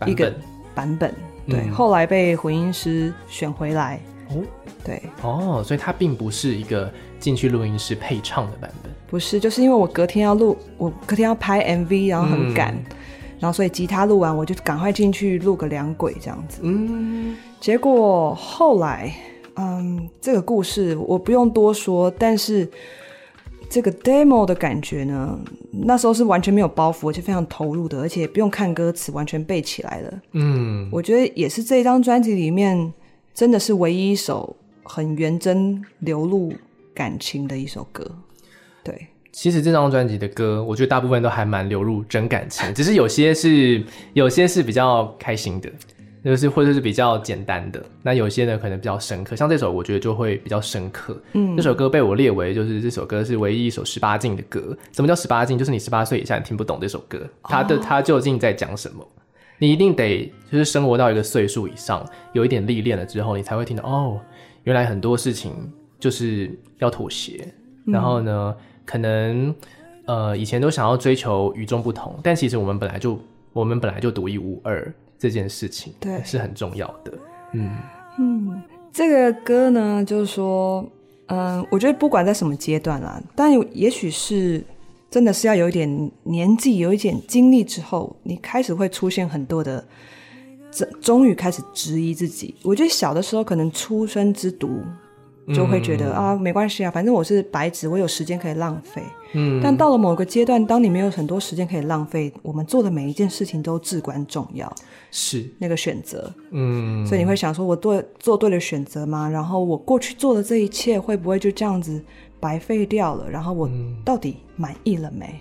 [SPEAKER 1] 版
[SPEAKER 2] 一个
[SPEAKER 1] 本
[SPEAKER 2] 版本。对，
[SPEAKER 1] 嗯
[SPEAKER 2] 后来被混音师选回来，
[SPEAKER 1] 哦
[SPEAKER 2] 对，
[SPEAKER 1] 哦，所以它并不是一个进去录音室配唱的版本。
[SPEAKER 2] 不是，就是因为我隔天要录，我隔天要拍 MV，然后很赶，
[SPEAKER 1] 嗯
[SPEAKER 2] 然后所以吉他录完我就赶快进去录个两轨这样子。
[SPEAKER 1] 嗯，
[SPEAKER 2] 结果后来，嗯，这个故事我不用多说，但是这个 demo 的感觉呢，那时候是完全没有包袱，而且非常投入的，而且不用看歌词，完全背起来了。
[SPEAKER 1] 嗯，
[SPEAKER 2] 我觉得也是这张专辑里面真的是唯一一首很原真流露感情的一首歌。对，
[SPEAKER 1] 其实这张专辑的歌，我觉得大部分都还蛮流露真感情，只是有些是有些是比较开心的，就是或者是比较简单的，那有些呢可能比较深刻，像这首我觉得就会比较深刻。嗯，这首歌被我列为就是这首歌是唯一一首十八禁的歌。什么叫十八禁？就是你十八岁以下你听不懂这首歌，它的它究竟在讲什么？你一定得就是生活到一个岁数以上，有一点历练了之后，你才会听到哦，原来很多事情就是要妥协，然后呢，可能呃以前都想要追求与众不同，但其实我们本来就我们本来就独一无二这件事情，
[SPEAKER 2] 对
[SPEAKER 1] 是很重要的。嗯，
[SPEAKER 2] 嗯，这个歌呢，就是说，嗯，我觉得不管在什么阶段啦，但也许是真的是要有一点年纪，有一点经历之后，你开始会出现很多的，这终于开始质疑自己。我觉得小的时候可能初生之犊。就会觉得、啊，没关系啊，反正我是白纸，我有时间可以浪费。嗯，但到了某个阶段，当你没有很多时间可以浪费，我们做的每一件事情都至关重要。
[SPEAKER 1] 是，
[SPEAKER 2] 那个选择，
[SPEAKER 1] 嗯，
[SPEAKER 2] 所以你会想说，我对做对了选择吗？然后我过去做的这一切会不会就这样子白费掉了？然后我
[SPEAKER 1] 嗯
[SPEAKER 2] 到底满意了没？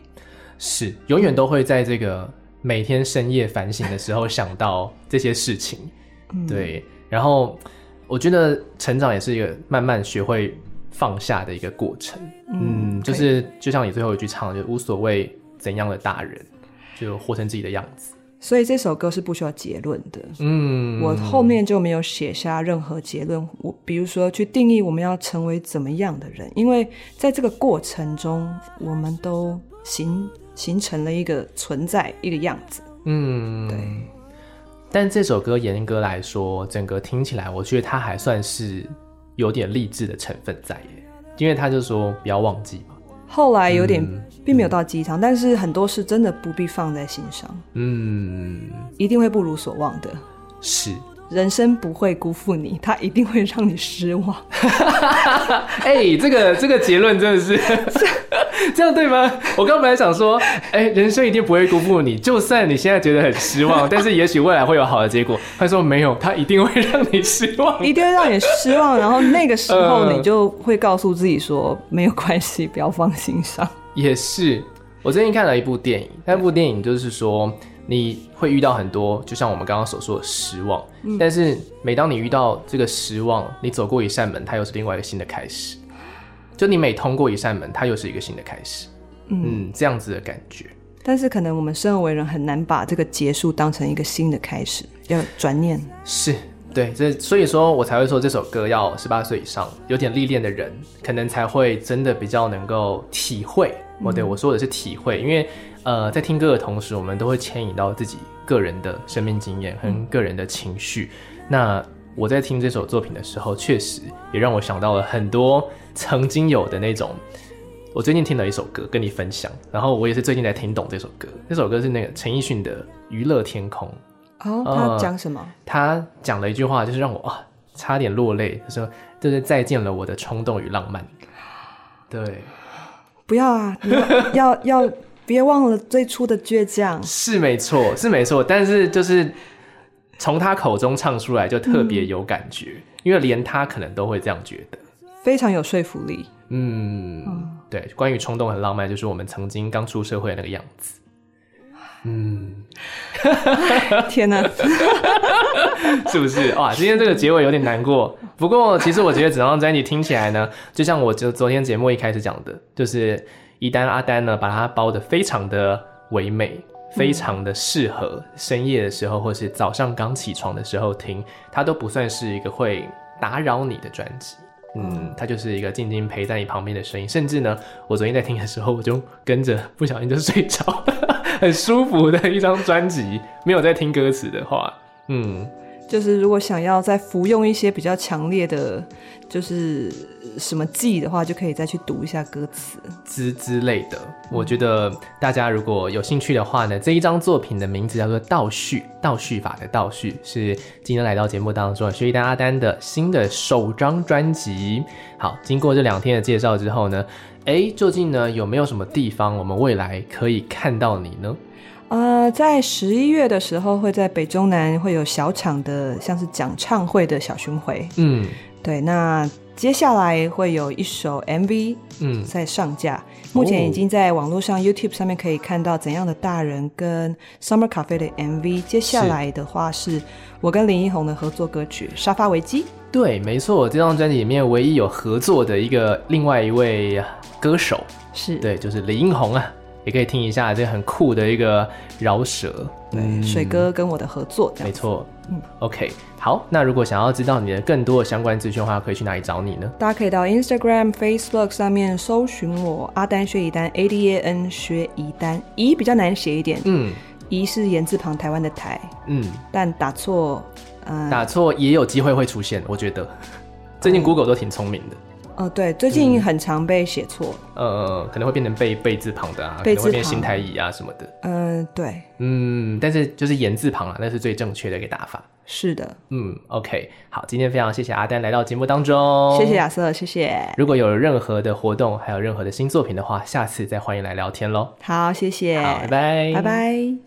[SPEAKER 1] 是，永远都会在这个每天深夜反省的时候想到这些事情。对，然后我觉得成长也是一个慢慢学会放下的一个过程。嗯，就
[SPEAKER 2] 对
[SPEAKER 1] 是就像你最后一句唱的，就无所谓怎样的大人，就活成自己的样子。
[SPEAKER 2] 所以这首歌是不需要结论的。
[SPEAKER 1] 嗯，
[SPEAKER 2] 我后面就没有写下任何结论，我比如说去定义我们要成为怎么样的人，因为在这个过程中，我们都形形成了一个存在一个样子。
[SPEAKER 1] 嗯，
[SPEAKER 2] 对。
[SPEAKER 1] 但这首歌严格来说，整个听起来，我觉得它还算是有点励志的成分在耶，因为他就说不要忘记嘛。
[SPEAKER 2] 后来有
[SPEAKER 1] 嗯
[SPEAKER 2] 点并没有到鸡汤，但是很多事真的不必放在心上，
[SPEAKER 1] 嗯，
[SPEAKER 2] 一定会不如所望的。
[SPEAKER 1] 是。
[SPEAKER 2] 人生不会辜负你，它一定会让你失望。
[SPEAKER 1] 哎、这个这个结论真的 是这样对吗？我刚本来想说，哎、人生一定不会辜负你，就算你现在觉得很失 望，但是也许未来会有好的结果。他说没有，他一定会让你失望。
[SPEAKER 2] 一定会让你失望，然后那个时候
[SPEAKER 1] 呃
[SPEAKER 2] 你就会告诉自己说，没有关系， 不要放心上。
[SPEAKER 1] 也是，我最近看了一部电影，那部电影就是说你会遇到很多，就像我们刚刚所说的失望，但是每当你遇到这个失望，你走过一扇门，它又是另外一个新的开始。就你每通过一扇门，它又是一个新的开始。嗯，这样子的感觉。
[SPEAKER 2] 但是可能我们生而为人很难把这个结束当成一个新的开始，要转念。
[SPEAKER 1] 是对，这所以说我才会说这首歌要十八岁以上有点历练的人，可能才会真的比较能够体会。哦，对我说的是体会，因为呃，在听歌的同时，我们都会牵引到自己个人的生命经验和个人的情绪。那我在听这首作品的时候，确实也让我想到了很多曾经有的那种。我最近听了一首歌，跟你分享，然后我也是最近才听懂这首歌。这首歌是那个陈奕迅的《娱乐天空》。
[SPEAKER 2] 哦，
[SPEAKER 1] 啊
[SPEAKER 2] 他讲什么？
[SPEAKER 1] 他讲了一句话，就是让我啊差点落泪。他说：“就是再见了我的冲动与浪漫。”对，
[SPEAKER 2] 不要 啊，你要要要，别忘了最初的倔强。
[SPEAKER 1] 是没错，是没错。但是就是从他口中唱出来，就特别有感觉，因为连他可能都会这样觉得。
[SPEAKER 2] 非常有说服力。
[SPEAKER 1] 嗯，对，关于冲动和浪漫，就是我们曾经刚出社会的那个样子。嗯，
[SPEAKER 2] 天哪，
[SPEAKER 1] 是不是？哇，今天这个结尾有点难过。不过，其实我觉得整张专辑听起来呢，就像我就昨天节目一开始讲的，就是一丹阿丹呢，把它包的非常的唯美，非常的适合深夜的时候，或是早上刚起床的时候听，它都不算是一个会打扰你的专辑。嗯，它就是一个静静陪在你旁边的声音，甚至呢，我昨天在听的时候，我就跟着不小心就睡着了，很舒服的一张专辑。没有在听歌词的话，嗯，
[SPEAKER 2] 就是如果想要再服用一些比较强烈的，就是什么剂的话，就可以再去读一下歌词。
[SPEAKER 1] 之之类的。我觉得大家如果有兴趣的话呢，这一张作品的名字叫做《倒叙》，倒叙法的倒叙是今天来到节目当中薛一丹阿丹的新的首张专辑。好，经过这两天的介绍之后呢，哎，究竟呢有没有什么地方我们未来可以看到你呢？
[SPEAKER 2] 呃，在十一月的时候，会在北中南会有小场的，像是讲唱会的小巡回。
[SPEAKER 1] 嗯
[SPEAKER 2] 对，那接下来会有一首 MV
[SPEAKER 1] 嗯，
[SPEAKER 2] 在上架，目前已经在网络上 YouTube 上面可以看到怎样的大人跟 Summer Cafe 的 MV。接下来的话是我跟林一红的合作歌曲《沙发危机》。
[SPEAKER 1] 对，没错，这张专辑里面唯一有合作的一个另外一位歌手，
[SPEAKER 2] 是
[SPEAKER 1] 对，就是李英宏啊，也可以听一下这很酷的一个饶舌，
[SPEAKER 2] 对水哥跟我的合作，这样
[SPEAKER 1] 没错。
[SPEAKER 2] 嗯
[SPEAKER 1] OK，好，那如果想要知道你的更多的相关资讯的话，可以去哪里找你呢？
[SPEAKER 2] 大家可以到 Instagram、Facebook 上面搜寻我阿丹薛一丹 A D A N 薛一丹，怡比较难写一点，
[SPEAKER 1] 嗯
[SPEAKER 2] 怡是言字旁台湾的台，
[SPEAKER 1] 嗯，
[SPEAKER 2] 但打错，嗯、
[SPEAKER 1] 打错也有机会会出现，我觉得最近 Google 都挺聪明的，
[SPEAKER 2] 哦对，最近很常被写错，
[SPEAKER 1] 呃，可能会变成贝贝字旁的啊，可
[SPEAKER 2] 贝
[SPEAKER 1] 能
[SPEAKER 2] 字
[SPEAKER 1] 会变
[SPEAKER 2] 旁
[SPEAKER 1] 心太乙啊什么的，
[SPEAKER 2] 嗯、对，
[SPEAKER 1] 嗯，但是就是言字旁啊，那是最正确的一个打法。
[SPEAKER 2] 是的，
[SPEAKER 1] 嗯，OK，好，今天非常谢谢阿丹来到节目当中，
[SPEAKER 2] 谢谢。亚瑟，谢谢，
[SPEAKER 1] 如果有任何的活动，还有任何的新作品的话，下次再欢迎来聊天喽。
[SPEAKER 2] 好，谢谢，
[SPEAKER 1] 好，拜拜，
[SPEAKER 2] 拜拜